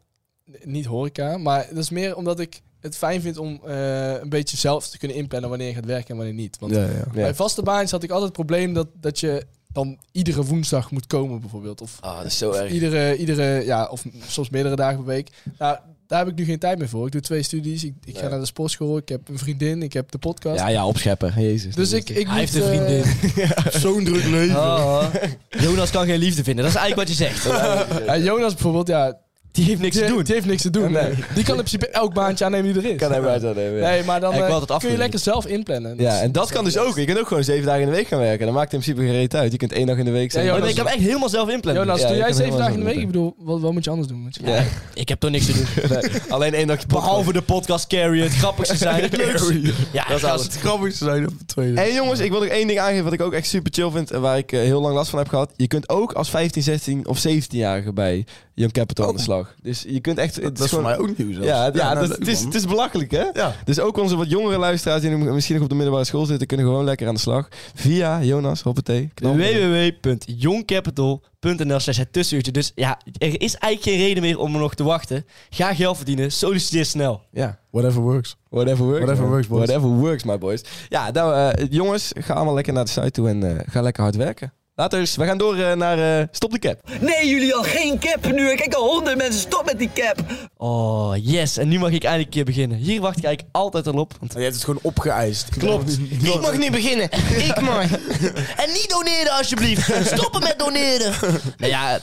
niet horeca, maar dat is meer omdat ik het fijn vind om eh, een beetje zelf te kunnen inplannen wanneer je gaat werken en wanneer niet. Want
ja, (laughs) ja.
Ja.
bij vaste baantjes had ik altijd het probleem dat, dat je dan iedere woensdag moet komen bijvoorbeeld. Of
Ah, dat is zo
Of Iedere, iedere, ja, of soms meerdere dagen per week. Nou, daar heb ik nu geen tijd meer voor. Ik doe twee studies. Ik, ik ga
Nee.
naar de sportschool. Ik heb een vriendin. Ik heb de podcast.
Ja, ja, opscheppen. Jezus.
dus
dat
ik,
is-
ik
Hij
moet,
heeft een
eh,
(laughs)
Zo'n druk leven.
Oh, (laughs) Jonas kan geen liefde vinden, dat is eigenlijk wat je zegt.
(laughs) ja, Jonas bijvoorbeeld, ja,
Die heeft niks
die,
te doen.
die heeft niks te doen.
Nee.
nee. Die kan in principe elk baantje aannemen die er is.
kan hij buiten nemen.
Nee, maar dan
Ik wou
eh,
het
kun je
afleren.
lekker zelf inplannen.
Ja, en dat kan dus ook. Je kunt ook gewoon zeven dagen in de week gaan werken. Dat maakt in principe geen reet uit. Je kunt één dag in de week zijn.
Ja,
Maar
Jonas-
ik heb echt helemaal zelf inplannen.
Jonas,
Ja,
doe
je
jij
kan
zeven
helemaal
dagen in
zo
de week? Ik
moeten.
bedoel, wat, wat moet je anders doen? Moet je- (laughs)
Ja.
Ik heb toch niks te doen.
Nee, (laughs) alleen één dagje
Behalve de podcast carry, het grappigste zijn, het leukste. Ja,
Dat zou (laughs) het grappigste zijn op de tweede.
En jongens, ik wil nog één ding aangeven wat ik ook echt super chill vind en waar ik eh, heel lang last van heb gehad. Je kunt ook als 15, 16 of 17-jarige bij Young Capital aan de slag. Dus je kunt echt...
Oh. dat is voor mij ook nieuw zelfs.
Ja, ja,
nou,
dat,
leuk,
het, is,
man.
het is belachelijk, hè?
Ja.
Dus ook onze wat jongere luisteraars die nu misschien nog op de middelbare school zitten, kunnen gewoon lekker aan de slag. Via Jonas, hoppatee. knal.
www.jongcapital.nl slash het tussenuurtje. Dus ja, er is eigenlijk geen reden meer om er nog te wachten. Ga geld verdienen, solliciteer snel.
Ja,
Whatever works.
whatever works.
Whatever
man.
works, boys.
Whatever works, my boys. Ja, nou eh, jongens, ga allemaal lekker naar de site toe en eh, ga lekker hard werken. Later, we gaan door eh, naar eh, Stop de Cap.
Nee, jullie al geen cap nu. Ik kijk al honderd mensen. Stop met die cap.
Oh, yes. En nu mag ik eindelijk een keer beginnen. Hier wacht ik eigenlijk altijd al op. Want
Je hebt het gewoon (laughs) opgeëist.
Klopt.
Ik mag
nu beginnen. Ik mag. (laughs) En niet doneren, alsjeblieft. Stoppen met doneren. Nou ja,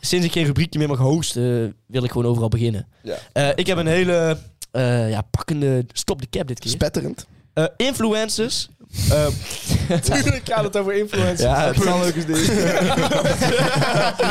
sinds ik geen rubriekje meer mag hosten, wil ik gewoon overal beginnen.
Ja.
Eh, ik heb een hele eh, ja, pakkende stop de cap dit keer.
Spetterend.
Eh, influencers.
Eh,
Tuurlijk gaat het over influencers.
Ja, het zal ook eens doen.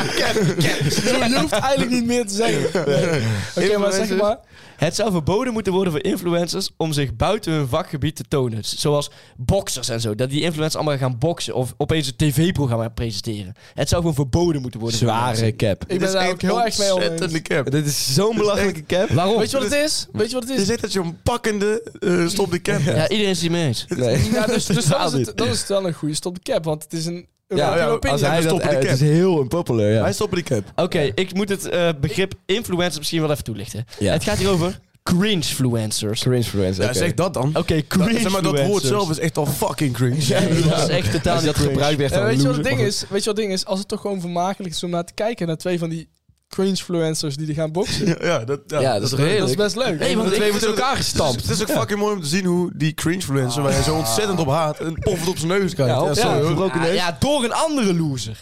Je hoeft eigenlijk niet meer te zeggen. Oké, maar zeg
Influencers.
maar.
Het zou verboden moeten worden voor influencers om zich buiten hun vakgebied te tonen. Z- Zoals boxers en zo. Dat die influencers allemaal gaan boksen of opeens een tv-programma presenteren. Het zou gewoon verboden moeten worden. voor
Zware
mensen.
cap.
Ik ben daar ook heel erg mee oneens.
ontzettende cap.
Dit is zo'n belachelijke cap.
Waarom?
Weet je wat het is? Weet je wat het is?
Je zegt dat je een pakkende eh, stop de cap hebt.
Ja, iedereen is het hier mee eens.
Nee.
Ja,
(laughs)
dus, dus
Totaal
dat, is
niet.
het, dat is het wel een goede stop de cap, want het is een, een
Ja,
popular
ja,
opinie.
Als hij dat,
we stoppen de
eh, het
cap.
is heel unpopular, ja.
Wij stoppen die cap.
Oké, ik moet het eh, begrip influencers misschien wel even toelichten.
Ja.
Het gaat hier over cringe-fluencers.
Cringe influencer.
Ja, zeg dat dan.
Oké,
Dat-
cringe
zeg maar, dat woord zelf is echt al fucking cringe.
(laughs) Dat is echt totaal
Als
niet
dat gebruikt werd,
En
dan
Eh, weet, je wat
loser.
het ding is? weet je wat het ding is? Als het toch gewoon vermakelijk is om naar te kijken naar twee van die cringe-fluencers die er gaan boksen.
(laughs)
(laughs)
Ja, dat, ja,
Ja, dat is redelijk.
dat is best leuk.
Nee, want
Dat
ik-
twee
wordt
moeten-
elkaar gestampt.
Het is, het is ook fucking mooi om te zien hoe die cringe-fluencer, waar hij zo ontzettend op haat, een poffert op zijn neus krijgt. Ja,
Ja,
sorry, hoor.
gebroken
Ah,
neus.
ja, door een andere loser.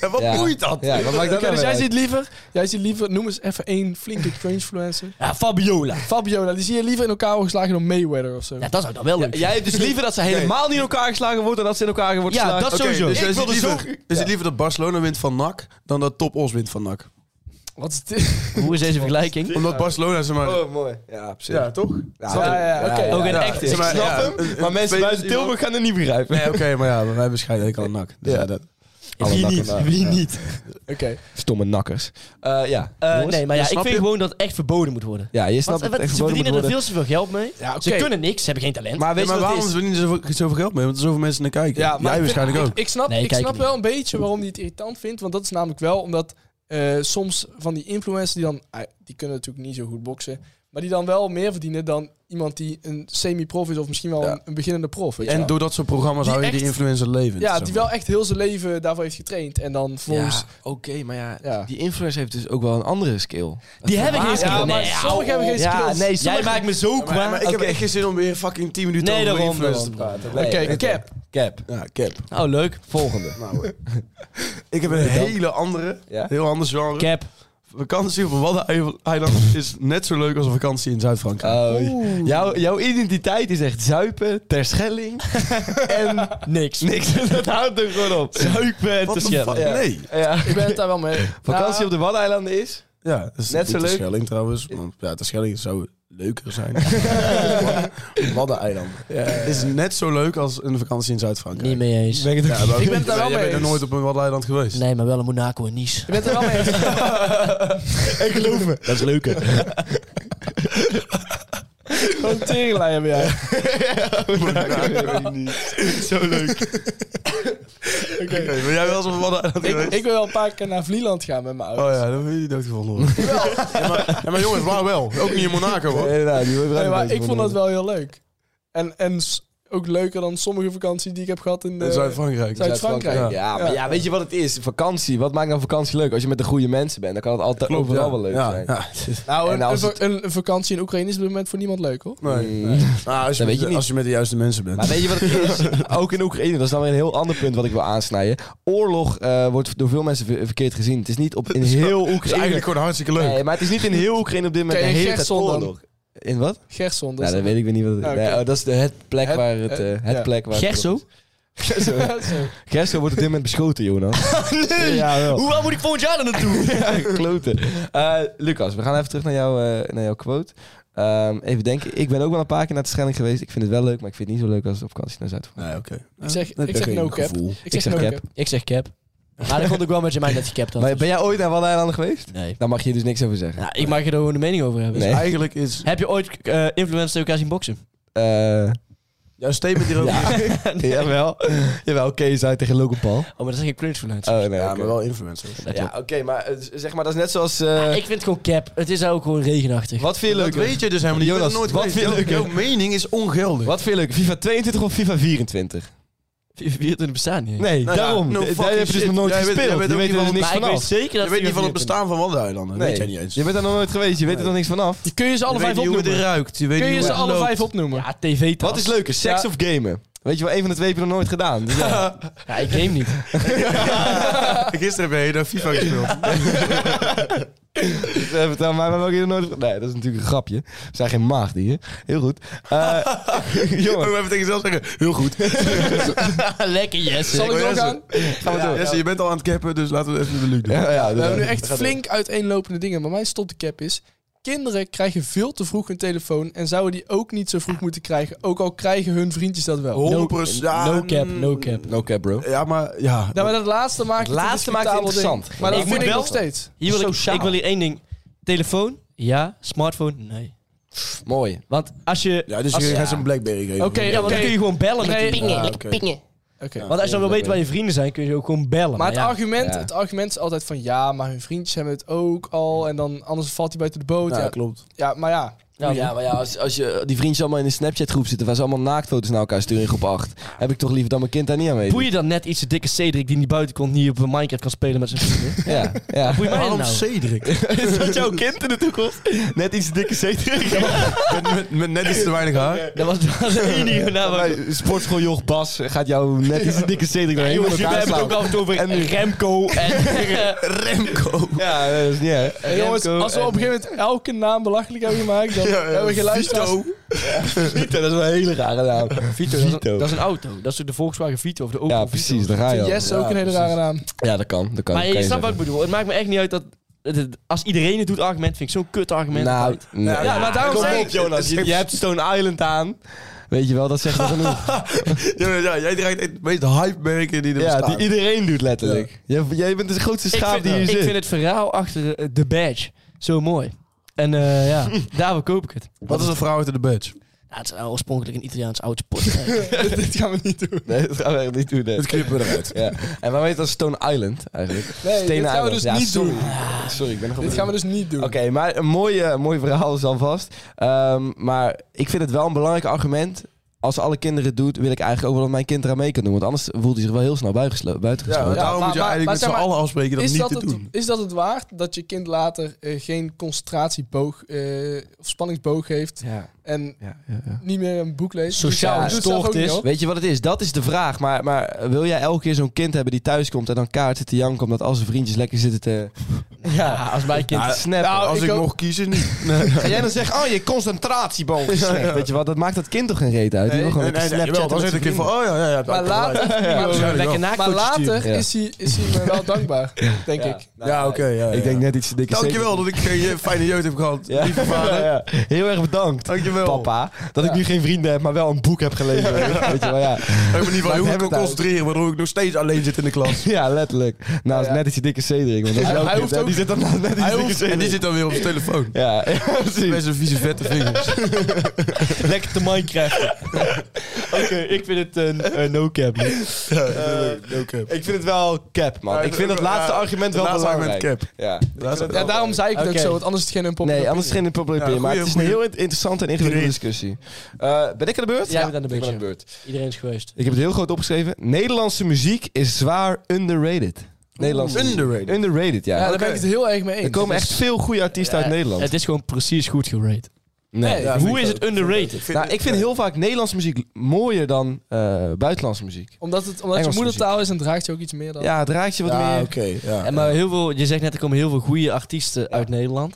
En wat
Ja.
boeit dat?
Ja, wat maakt dat nou
Oké, dus jij
weer uit?
ziet liever, jij ziet liever, noem eens even één flinke cringe-fluencer.
Ja, Fabiola.
Fabiola, die zie je liever in elkaar geslagen door Mayweather of zo.
Ja, dat zou ik dan wel leuk
Jij hebt dus liever dat ze helemaal niet in elkaar geslagen wordt dan dat ze in elkaar wordt
Ja,
geslagen.
dat
Oké,
sowieso.
Dus
Ik
jij ziet
wilde
liever, jij ziet liever dat Barcelona wint van NAC dan dat Top Os wint van NAC.
Wat is dit?
vinden. Hoe is deze vergelijking?
Omdat Barcelona ze maar.
(laughs) Oh, mooi. Ja, op zich.
Ja, toch?
Ja,
Ja, ja, ja, oké.
ja,
Ook
ja.
een echte.
Zeg maar,
Ik snap
ja,
hem,
een-
maar
een
mensen buiten
famous iemand-
Tilburg gaan het niet begrijpen.
Nee, oké, maar ja, maar wij bescheiden ik al NAC. Dus
Ja.
ja, dat-
Wie
Alle
niet?
nakken
Wie
na.
niet?
Oké.
Stomme nakkers. Eh, ja.
Eh,
Jongens?
nee, maar ja, ik
snap
vind
je?
gewoon dat het echt verboden moet worden.
Ja, je
Want
snapt het
wat-
echt
ze
verboden
verdienen er
moet worden.
veel te veel geld mee.
Ja, oké.
Ze kunnen niks, ze hebben geen talent.
Maar weet
Ja,
je
maar
wat het
waarom
is?
verdienen ze zoveel, zoveel geld mee? Want er zoveel mensen naar kijken.
Ja, maar
Jij
ik vind-
waarschijnlijk ook.
Ik, ik snap,
Nee,
ik
kijk
snap
ik niet.
wel een beetje waarom die het irritant vindt. Want dat is namelijk wel omdat eh, soms van die influencers die dan... ah, die kunnen natuurlijk niet zo goed boksen. Maar die dan wel meer verdienen dan iemand die een semi-prof is. Of misschien wel
Ja.
een, een beginnende prof. Weet je
En
wel.
door dat soort programma's
Die
hou je die
echt-
influencer levend.
ja,
zeg
die
maar.
wel echt heel zijn leven daarvoor heeft getraind. En dan volgens...
Ja, oké, maar ja,
Ja.
die influencer heeft dus ook wel een andere skill.
die hebben geen
Ja,
skills.
maar
Nee,
sommigen
au.
hebben geen
Ja,
skills.
nee, jij maakt me zo
Maar, maar
kwaad.
ik heb
Oké.
echt geen zin om weer fucking 10 minuten
Nee,
over
daarom,
influencers te
daarom.
praten.
Oké,
Nee,
cap.
Cap.
Ja, cap.
Oh, leuk. Volgende.
Nou, ik heb een hele andere,
Ja?
heel ander genre.
Cap.
Vakantie op een waddeneiland is net zo leuk als een vakantie in
Eh,
Zuid-Frankrijk.
Oh, jouw, jouw identiteit is echt zuipen,
(laughs)
terschelling en
Niks. (laughs)
niks. Dat houdt er gewoon op.
Zuipen en
Wat
te
de
schellen.
fuck?
Ja.
Nee.
Ja.
Ik ben het daar wel mee.
Vakantie
Nou,
op de Waddeneilanden is?
Ja, dat is
Net
net
zo
zo
leuk.
Schelling trouwens. Want ja, de Schelling zou leuker (laughs) zijn. Waddeneiland. Is net zo leuk als een vakantie in
Niet
Zuid-Frankrijk.
mee eens.
Ja, maar-
Ik ben het daar wel
Jij
mee
bent er
eens.
nooit op een Waddeneiland geweest. (laughs)
Nee, maar wel een Monaco en Nice.
Ik ben het er wel mee. eens.
(laughs) Ik geloof me. Dat is leuker.
(laughs) Gewoon tegenlijn hebben jij.
Zo leuk. Oké, ben jij wel eens op een Waddeneiland
Ik,
geweest?
ik wil wel een paar keer naar Vlieland gaan met mijn ouders.
Oh ja, dan wil je niet doodgevonden worden. ja, maar, ja, maar jongens, waar wel? Ook niet in Monaco hoor.
Nee, nou, die wordt
Nee,
ruim
maar
bezig van
ik vond
de-
dat wel heel leuk. En, en s- ook leuker dan sommige vakanties die ik heb gehad in, eh,
In Zuid-Frankrijk.
Zuid- Frankrijk.
Ja,
Ja.
maar ja, weet je wat het is? Vakantie. Wat maakt nou vakantie leuk? Als je met de goede mensen bent, dan kan het altijd
Klopt,
overal
ja.
wel leuk
Ja,
zijn. (laughs)
ja.
Nou,
En
een,
als
een
het-
va- een, een vakantie in Oekraïne is op dit moment voor niemand leuk, hoor.
(laughs)
Nee.
Mm.
Nou, als, je
Dat weet
met,
je niet.
als je met de juiste mensen bent.
Maar weet je wat het is? Ook in Oekraïne, dat is dan weer een heel ander punt wat ik wil aansnijden. Oorlog eh, wordt door veel mensen ver- verkeerd gezien. Het is niet op, in heel
dat is
Oekraïne.
eigenlijk gewoon hartstikke leuk.
Nee, maar het is niet in heel Oekraïne op dit moment
Oké,
de
in
hele tijd
Gerson dan?
oorlog. In wat?
Gerson, dat
Nou,
is
dan weet ik weer niet wat het is.
Ah, oké.
Nee, oh, dat is de, het plek
Het-
waar het...
eh,
eh, het
ja.
plek waar het-
Gerso?
Gerso.
Zo.
(laughs) Gerso wordt op dit moment beschoten, Jonas. (laughs)
Nee!
Ja, wel.
Hoe waar moet ik volgend jaar dan naartoe?
Ja, kloten. Eh, Lucas, we gaan even terug naar, jou, eh, naar jouw quote. Ehm, even denken. Ik ben ook wel een paar keer naar de Schelling geweest. Ik vind het wel leuk, maar ik vind het niet zo leuk als op vakantie naar Zuid.
Nee, oké.
Ik zeg-
Dan heb
ik
je
zeg
geen
no cap.
gevoel.
Ik zeg
Ik zeg
no
cap.
cap.
Ik zeg cap. Maar dat vond ik wel met je mij net gecapt had.
Maar ben jij ooit naar Waddeneilanden geweest?
Nee.
Daar mag je dus niks over zeggen.
Nou, ik mag er gewoon een mening over hebben.
Nee.
Eigenlijk is
Heb je ooit eh influencers tegen elkaar zien boksen?
Eh,
jouw
(laughs)
statement hierover... (laughs) Ja,
Jawel. (laughs) Jawel, Kees uit tegen Logan Paul.
Oh, maar dat zijn geen cringe influencers.
Eh,
Oh, nee, oké.
maar wel influencers.
Dat
Ja,
klopt.
oké, maar eh, z- zeg maar, dat is net zoals... eh,
ik vind het gewoon cap. Het is ook gewoon regenachtig.
Wat vind je
Dat
leuker?
weet je dus helemaal niet. Je
Jonas,
bent er nooit
wat
geweest.
vind je
Jouw-
leuker?
Jouw mening is ongeldig.
Wat vind je leuker, FIFA 22 of FIFA 24?
24 bestaat niet.
Nee,
Nou ja,
daarom.
no
D- Daar
fucking
heb je dus
shit.
nog nooit
Jij weet-
gespeeld.
jij weet
je
ook
weet er dus
niet wat-
niks
Maar ik weet
vanaf.
zeker dat
Je weet niet van
24
het bestaan van Waddeneilanden. Dat weet jij niet eens.
Je bent daar nog nooit geweest. Je weet er nog niks vanaf.
Die kun je ze alle
weet
vijf
niet hoe het
opnoemen.
ruikt. Je weet
Kun
niet
je
hoe
ze
het
alle
loopt.
vijf opnoemen?
Ja, tv
Wat is leuker, seks
Ja.
of gamen? Weet je wel, één van de twee heb je nog nooit gedaan. Dus ja. (laughs)
Ja, ik game niet.
(laughs) Gisteren heb je naar
(laughs)
FIFA gespeeld.
Dus, eh, vertel mij maar welke je nog nooit... Nee, dat is natuurlijk een grapje. We zijn geen maagdieren. Heel goed. Eh (laughs)
Oh,
jongen,
We hebben tegen zelf zeggen, heel goed.
(laughs) Lekker, yes.
Zal ik
Jesse.
doorgaan?
gaan we door.
Jesse, je bent al aan het cappen, dus laten we even de Luc doen.
Ja, ja,
We hebben nu
dus-
echt flink uiteenlopende dingen. Maar mijn stopcap is... Kinderen krijgen veel te vroeg een telefoon en zouden die ook niet zo vroeg moeten krijgen. Ook al krijgen hun vriendjes dat wel.
100%. ja,
No cap,
mm,
no cap.
No cap, bro.
Ja, maar ja.
Nou, maar dat laatste maakt het,
Het laatste
een
maakt het
discutabel ding.
interessant.
Maar dat
Ik
vind
moet
ik
wel-
nog steeds.
Hier wil ik,
Sociaal.
ik wil hier één ding. Telefoon? Ja. Smartphone? Nee.
Mooi.
Want als je...
Ja, dus
als-
je
ja.
gaat zo'n Blackberry geven.
Oké,
Ja, want dan kun je gewoon bellen met
Nee.
die-
Ja, oké.
Oké.
Want als je dan wil weten waar je vrienden zijn, kun je ze ook gewoon bellen.
Maar het,
ja.
argument,
Ja.
het argument is altijd van ja, maar hun vriendjes hebben het ook al. En dan anders valt hij buiten de boot.
Ja,
Ja,
klopt.
ja, maar ja,
Ja,
Nou, Ja, maar ja, als, als je die vriendjes allemaal in een Snapchat groep zitten... waar ze allemaal naaktfoto's naar elkaar sturen in groep 8... heb ik toch liever dat mijn kind daar niet aan meedoet.
Boeien dan net iets de dikke Cedric die niet buiten komt, niet op Minecraft kan spelen met zijn (laughs) vrienden?
Ja, ja.
Boeien mij dat
Waarom
nou?
Cedric?
(laughs) Is dat jouw kind in de
(laughs)
toekomst? Net iets dikke Cedric.
met, met, met net iets te weinig haar.
Dat was, dat was de enige naam waar ik-
Sportschooljoch Bas gaat jou net iets een dikke zedering
Ja,
doorheen
jongens, jullie
elkaar
hebben het ook
slaan.
af en toe over
(laughs)
Remco en...
Remco.
Ja, dat is niet erg.
Hey, jongens,
Remco
als we op een gegeven moment elke naam belachelijk hebben gemaakt,
(laughs)
dan hebben we geen luisteraars.
Vito, dat is wel een hele rare naam.
Vito, dat is, een, dat is een auto. Dat is de Volkswagen Vito of de Opel
Ja,
Vito.
precies, daar ga je al.
Yes, ook een hele rare naam.
Ja, dat kan, dat kan.
Maar
kan
je snapt wat ik
zeggen.
bedoel. Het maakt me echt niet uit dat... het- het- als iedereen het doet argument, vind ik zo'n kut argument.
Nou, nee.
Ja,
ja, maar daarom
Kom
zeg
op,
ik-
Jonas. (laughs) Je, je hebt Stone Island aan. Weet je wel, dat zegt wel genoeg.
Ja, maar ja, jij draait het meest hype merken die
(laughs)
er
Ja,
bestaan.
die iedereen doet letterlijk. Jij, jij bent de grootste
ik,
schaap
vind,
die hier
ik
zit.
vind het verhaal achter eh, de badge zo mooi. En eh, (laughs) ja, daar koop ik het.
Wat is een vrouw uit de badge?
Ja, het is nou oorspronkelijk een Italiaans oud sportmerk.
Dit gaan we niet doen.
Nee, dat gaan we echt niet doen. nee.
Het knippen we eruit.
Ja. En waarom heet dat Stone Island eigenlijk?
Nee,
Stenen
dit gaan we
Island.
dus
Ja,
niet
sorry.
doen.
Sorry, ik ben nog op
Dit gaan we dus niet doen.
Oké, maar een mooi, eh, mooi verhaal is alvast. Ehm, maar ik vind het wel een belangrijk argument. Als alle kinderen het doet, wil ik eigenlijk ook wel dat mijn kind eraan mee kan doen. Want anders voelt hij zich wel heel snel buitengeslo- buitengesloten.
Ja,
Ja,
daarom
maar-
moet je
maar-
eigenlijk
maar
met
zeg
z'n
maar,
allen afspreken dat
Is
niet
dat,
te
het,
doen.
is dat het waard dat je kind later eh, geen concentratieboog eh, of spanningsboog heeft
Ja,
en
ja, ja, ja.
niet meer een boek leest?
Sociaal
Doe het zelf
gestoord
ook niet,
is.
hoor.
Dus Weet je wat het is? Dat is de vraag. Maar, maar wil jij elke keer zo'n kind hebben die thuiskomt en dan kaart zit te janken omdat al zijn vriendjes lekker zitten te
(laughs) ja, als mijn kind...
te snappen?
nou,
Als
ik
ik
ook-
mocht kiezen, niet.
en jij dan zegt, oh je concentratieboog is slecht. Weet je wat, dat maakt dat kind toch geen reet uit? Die wil gewoon lekker
Jawel, dan
Snapchatten
zit
met
ik in
zijn
van, oh ja, ja, ja.
Maar later, maar,
lekker
maar
naakfoto's sturen.
later
Ja.
is, hij, is hij me
(laughs)
wel dankbaar, denk ik.
vrienden.
Ja, oké. ja,
Ik
ja.
denk net iets te dikke
Dankjewel dat ik geen eh, fijne jeugd heb gehad.
Ja.
Lieve vader.
Ja, ja. Heel erg bedankt.
Dankjewel.
Papa, dat ik nu geen vrienden heb, maar wel een boek heb gelezen. Weet je wel, ja.
Ik ben niet van hoe
hebben
ik kan
het uit.
concentreren, waardoor ik nog steeds alleen zit in de klas.
ja, letterlijk. Nou, is
Ja.
net iets dikke Cedric. Want dat is
Hij-
wel
hij
kut,
hoeft
hè.
ook-
Die zit dan net iets dikke Cedric.
en die zit dan weer op zijn telefoon.
Ja, (laughs) ja, precies.
Best een vieze vette vingers.
Lekker te Minecraften. Oké, ik vind het een no-cap.
cap.
Ik vind het wel cap, man.
Ja,
ik vind het laatste
ja,
argument wel
laatste
belangrijk.
argument cap.
Ja.
Ja, daarom zei ik het
Oké.
ook zo, want anders is het geen unpopular
Nee, anders
opinion.
geen probleem
Ja,
maar het
goeie-
is een heel in- interessante en ingewikkelde discussie. Eh, ben ik aan de beurt?
Jij bent aan de beurt,
Ik ben
ja.
beurt.
Iedereen is geweest.
Ik heb het heel groot opgeschreven. Nederlandse muziek is zwaar underrated. Nederlandse muziek.
Underrated.
Underrated, ja.
Ja, daar ben ik het heel erg mee eens. Dus
Er komen echt veel goede artiesten uit
Ja,
Nederland.
Eh, Het is gewoon precies goed gerate.
nee.
Nee. Ja,
Hoe is het underrated?
nou, ik vind heel vaak Nederlandse muziek mooier dan eh, buitenlandse muziek.
Omdat het omdat je
Engels
moedertaal is, dan draagt je ook iets meer dan.
Ja, het raakt je wat
Ja,
meer.
oké. ja.
En maar heel veel, je zegt net, er komen heel veel goede artiesten uit Nederland.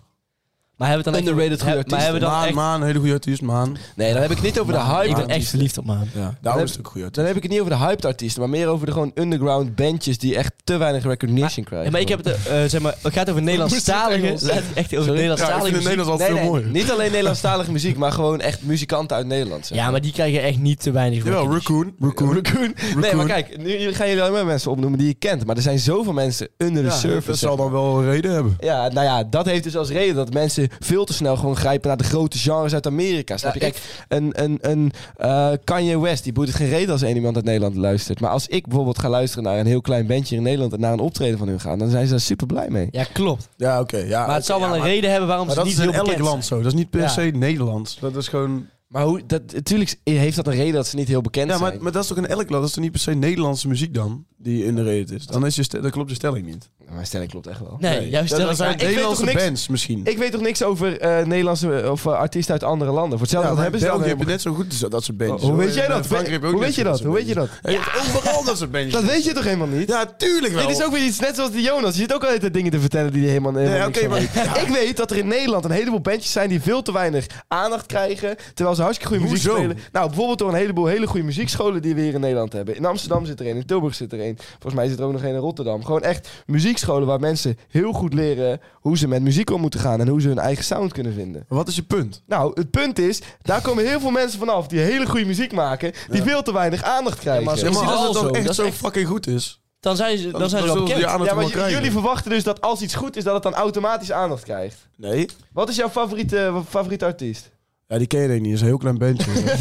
Maar hebben we het dan
Underrated
echt,
goede
heb- Maar hebben we dan
Maan,
echt...
Maan, hele goede artiest, Maan.
Nee, dan heb ik het niet over de hype.
ik ben
artiesten.
echt verliefd op Maan.
Ja,
Dan
daarom is het ook een goede artiest.
Dan heb ik het niet over de hyped artiesten, maar meer over de gewoon underground bandjes die echt te weinig recognition krijgen.
Ja, maar ik heb het, eh, zeg maar, het gaat over Nederlandstalige...
Engels?
Het gaat echt over
Sorry?
Ja, ik
Nederlandstalige
vind het
muziek.
Nederlands altijd
Nee,
veel
nee,
mooier.
Niet alleen Nederlandstalige muziek, maar gewoon echt muzikanten uit Nederland. zeg.
Ja, maar die krijgen echt niet te weinig
Jawel,
recognition.
Raccoon. Raccoon.
Nee,
Raccoon.
maar kijk, nu jullie- gaan jullie alleen maar mensen opnoemen die je kent. Maar er zijn zoveel mensen under the
Ja,
surface.
dat
zeg
zal dan
maar.
wel een reden hebben.
Ja, nou ja, dat heeft dus als reden dat mensen veel te snel gewoon grijpen naar de grote genres uit Amerika. Snap je?
Ja,
Kijk, een, een, een eh, Kanye West, die boeit het geen reden als er iemand uit Nederland luistert. Maar als ik bijvoorbeeld ga luisteren naar een heel klein bandje in Nederland en naar een optreden van hun gaan, dan zijn ze daar super blij mee.
Ja, klopt.
Ja, oké. ja,
Maar het zal wel een reden hebben waarom
Maar
ze
dat
niet
is
heel
in elk
bekend
land
land.
zo. Dat is niet per
Ja.
se Nederlands. Dat is gewoon...
Maar hoe, dat, natuurlijk heeft dat een reden dat ze niet heel bekend
Ja,
zijn.
maar, maar dat is toch in elk land. Dat is toch niet per se Nederlandse muziek dan, die underrated is. Dan, is je stel- dan klopt je stelling niet.
Mijn stelling klopt echt wel.
Nee, juist stel
Dan, dan
ik maar-
zijn het
ik weet
Nederlandse
toch niks-
bands misschien.
Ik weet toch niks over eh, Nederlandse eh, of eh, artiesten uit andere landen. Voor
Ja,
hetzelfde
maar
hebben
in
ze dan
België heb je
helemaal-
net zo goed zo- dat soort bandjes.
Hoe
hoor.
weet jij
In, eh,
dat?
Frankrijk heb je ook
Hoe
net
weet je
zo
dat?
soort
Hoe weet je dat?
bandjes. Je hebt overal dat soort bandjes.
Dat weet je toch helemaal niet?
Ja, tuurlijk wel.
Dit is ook weer iets, net zoals die Jonas. Je zit ook altijd dingen te vertellen die hij helemaal, helemaal
Nee,
niks
oké,
van weet. Ik weet dat er in Nederland een heleboel bandjes zijn die veel te weinig aandacht krijgen. Terwijl ze hartstikke goede muziek
Hoezo?
spelen. Nou, bijvoorbeeld door een heleboel hele goede muziekscholen die we hier in Nederland hebben. In Amsterdam zit er een, in Tilburg zit er een. Volgens mij zit er ook nog een in Rotterdam. Gewoon echt muziekscholen waar mensen heel goed leren hoe ze met muziek om moeten gaan. En hoe ze hun eigen sound kunnen vinden.
Wat is je punt?
Nou, het punt is, daar komen heel veel mensen vanaf die hele goede muziek maken, die veel te weinig aandacht krijgen.
maar zo-
Ja,
Is
maar
het
als
wel
het
zo?
dan
Dat
echt
is
zo
echt-
fucking goed is...
Dan zijn ze, dan zijn ze wel
zullen
bekend.
die aandacht
Ja, maar
wel
j-
krijgen.
jullie verwachten dus dat als iets goed is, dat het dan automatisch aandacht krijgt.
Nee.
Wat is jouw favoriete, favoriete artiest?
Ja, die ken je denk ik niet. Dat is een heel klein (laughs) bandje.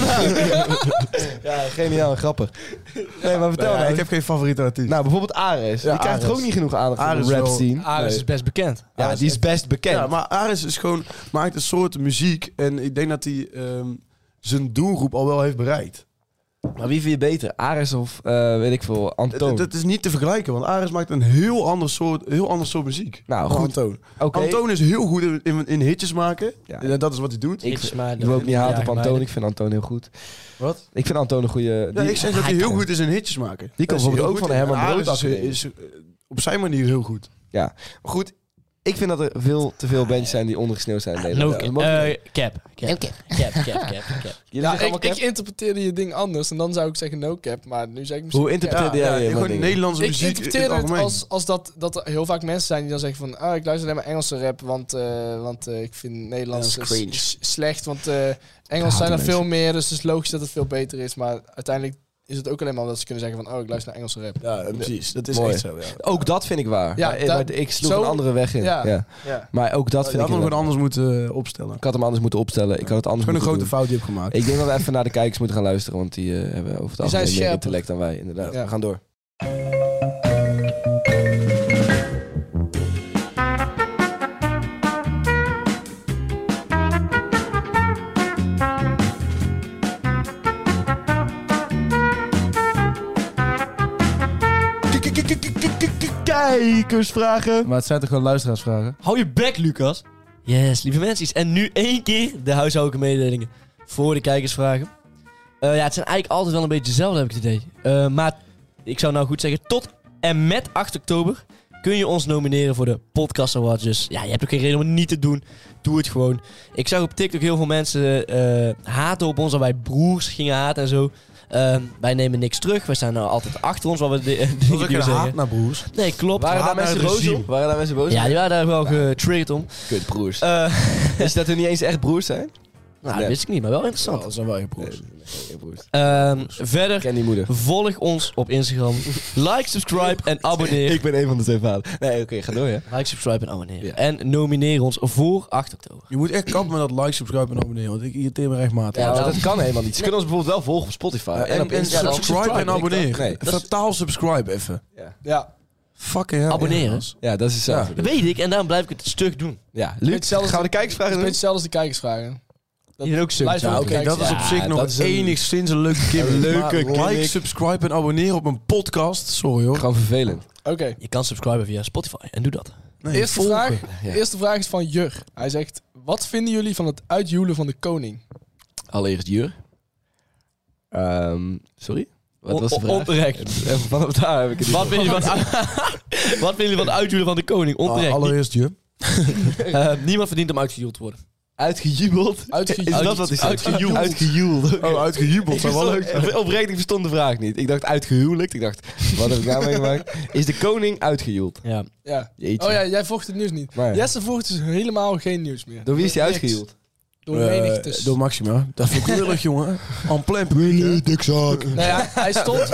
Ja, (laughs) geniaal en grappig. Nee, maar vertel
Nou ja,
nou.
ik heb geen favoriete artiest.
Nou, bijvoorbeeld Ares.
Ja,
die krijgt
Ares.
toch ook niet genoeg aandacht aan
Ares
de rap
wel-
scene.
Ares
Nee.
Ah, is best bekend.
Ja, die is best bekend.
ja, maar Aris is gewoon, maakt een soort muziek en ik denk dat hij ehm, zijn doelgroep al wel heeft bereikt.
Maar wie vind je beter? Ares of, eh, weet ik veel,
Het-
Antoon?
Het het is niet te vergelijken, want Aris maakt een heel ander soort, heel ander soort muziek.
nou,
dan
goed.
Antoon.
Oké.
Antoon is heel goed in, in, in hitjes maken.
Ja.
En dat is wat hij doet.
Ik, ik wil ook niet haten op Antoon. Ik vind Antoon heel goed.
Wat?
Ik vind Antoon een goede...
Ja, ik zeg dat hij heel goed is in hitjes maken.
Ah, Die kan
Dat is
bijvoorbeeld
heel
ook
goed
van de
in.
Herman
En
Brood
Aris
afnemen.
is, is eh, op zijn manier heel goed.
Goed, ik vind dat er veel te veel bands zijn die ondergesneeuwd zijn in
No,
Nederland.
cap.
Ja, dat mag niet.
Eh, cap. Cap, cap, cap, cap, cap.
Jullie
Ja,
zeggen
ik,
allemaal
ik
cap?
interpreteerde je ding anders en dan zou ik zeggen no cap, maar nu zeg ik misschien
Hoe
cap.
interpreteerde jij je
gewoon
dingen?
Nederlandse
Ik
muziek in
interpreteerde het
algemeen.
als, als dat, dat er heel vaak mensen zijn die dan zeggen van... Ah, ik luister alleen maar Engelse rap, want, eh, want eh, ik vind Nederlands
Dat is
s-
cringe.
s- slecht. Want eh, Engels
haat
zijn
die
er veel meer, dus het is logisch dat het veel beter is. Maar uiteindelijk is het ook alleen maar omdat ze kunnen zeggen van... Oh, ik luister naar Engelse rap.
Ja, precies. Dat is
eh, Mooi.
echt zo, ja.
Ook dat vind ik waar.
Ja,
maar, maar
dat-
ik sloeg
zo-
een andere weg in. Ja.
Ja. Ja.
Maar ook dat
Dat
vind
had
ik... heel-
hem gewoon anders moeten eh, opstellen.
Ik had hem anders moeten opstellen. Ik had het anders
Gewoon een
moeten
grote
doen.
fout die ik heb gemaakt.
Ik denk dat we even naar de kijkers moeten gaan luisteren, want die eh, hebben over het
Die zijn
algemeen meer
scherper.
intellect dan wij. Inderdaad.
Ja.
We gaan door. Kijkersvragen.
Maar het zijn toch gewoon luisteraarsvragen?
Hou je bek, Lucas. Yes, lieve mensen. En nu één keer de huishoudelijke mededelingen voor de kijkersvragen. Eh, ja, het zijn eigenlijk altijd wel een beetje dezelfde, heb ik het idee. Eh, maar ik zou nou goed zeggen, tot en met 8 oktober kun je ons nomineren voor de Podcast Awards. Dus ja, je hebt ook geen reden om het niet te doen. Doe het gewoon. Ik zag op TikTok heel veel mensen eh haten op ons, dat wij broers gingen haten en zo. Ehm, wij nemen niks terug. Wij staan nou altijd achter ons, wat we de, (laughs)
Dat
dingen
is ook
die we
een haat
zeggen.
naar broers.
Nee, klopt.
Waren
Haat
daar,
naar
mensen
het
boos
regime.
om? Waren daar mensen boos
Ja,
om?
die waren daar wel getriggerd om.
Kutbroers.
Eh,
Is dat er niet eens echt broers zijn?
Nou,
Nee.
dat wist ik niet, maar wel interessant.
Dat zijn wel je broers.
Ehm,
Ik
verder,
ken die
(laughs)
moeder.
volg ons op Instagram. like, subscribe en abonneer.
Ik ben een van de twee vaders. Nee, oké, ga door, hè.
Like, subscribe en abonneer.
Ja.
En nomineer ons voor 8 oktober.
Je moet echt kappen met dat like, subscribe en abonneren. Want ik irriteer me echt matig.
Ja,
Ja,
maar dat kan helemaal niet. Ze kunnen ons bijvoorbeeld wel volgen op Spotify.
en, en,
Instagram.
subscribe en abonneer.
Nee, dat is-
Vertaal subscribe even.
ja.
Fucking hell.
Abonneren.
ja, gast.
Ja, dat is hetzelfde.
Dat weet ik en daarom blijf ik het stug doen.
Ja, Luc, gaan
Hetzelfde-
we de
Het is
kijkersvragen
een
doen?
beetje hetzelfde als de kijkersvragen. Dat
Je bent ook sub.
blijft
Ja,
wel
Oké,
de kijkers-
dat is op
Ja,
zich nog
dat is een-
enigszins een leuke
(laughs)
gimmick.
leuke
Maar Like,
gimmick.
subscribe en abonneer op een podcast. Sorry hoor.
Gewoon vervelend.
Oké.
Je kan subscriben via Spotify en doe dat.
Nee,
Eerste
volgen.
vraag,
Ja.
eerste vraag is van Jur. Hij zegt, wat vinden jullie van het uitjoelen van de koning?
Allereerst Jur. Ehm, sorry? Wat
On-
was de
on-
vraag?
Onterecht.
Even eh, vanaf daar heb ik het niet.
Wat vinden jullie van, (laughs) Wat vinden jullie van het uitjoelen van de koning? Onterecht.
Ah, Allereerst je.
(laughs)
Eh, niemand verdient om uitgejoeld te worden.
Uitgejubeld?
Uitgejoeld.
Is dat wat is
Uitgejoeld.
Uitgejoeld. oké.
Oh, uitgejubeld.
Ik
Zou wel leuk zijn.
verstond- Oprecht, ik verstond de vraag niet. Ik dacht uitgehuwelijkt. Ik dacht, wat heb ik nou meegemaakt? Is de koning uitgejoeld?
Ja.
Ja.
Jeetje.
Oh ja, jij volgt het nieuws niet.
Maar ja.
Jesse volgt dus helemaal geen nieuws meer.
Door wie is hij
Niks.
uitgejoeld?
Door menigtes.
Eh, Door Maxima. Dat vind ik lullig, (laughs) jongen. En plein publiek. Dikzak.
Nou ja,
(laughs)
hij stond,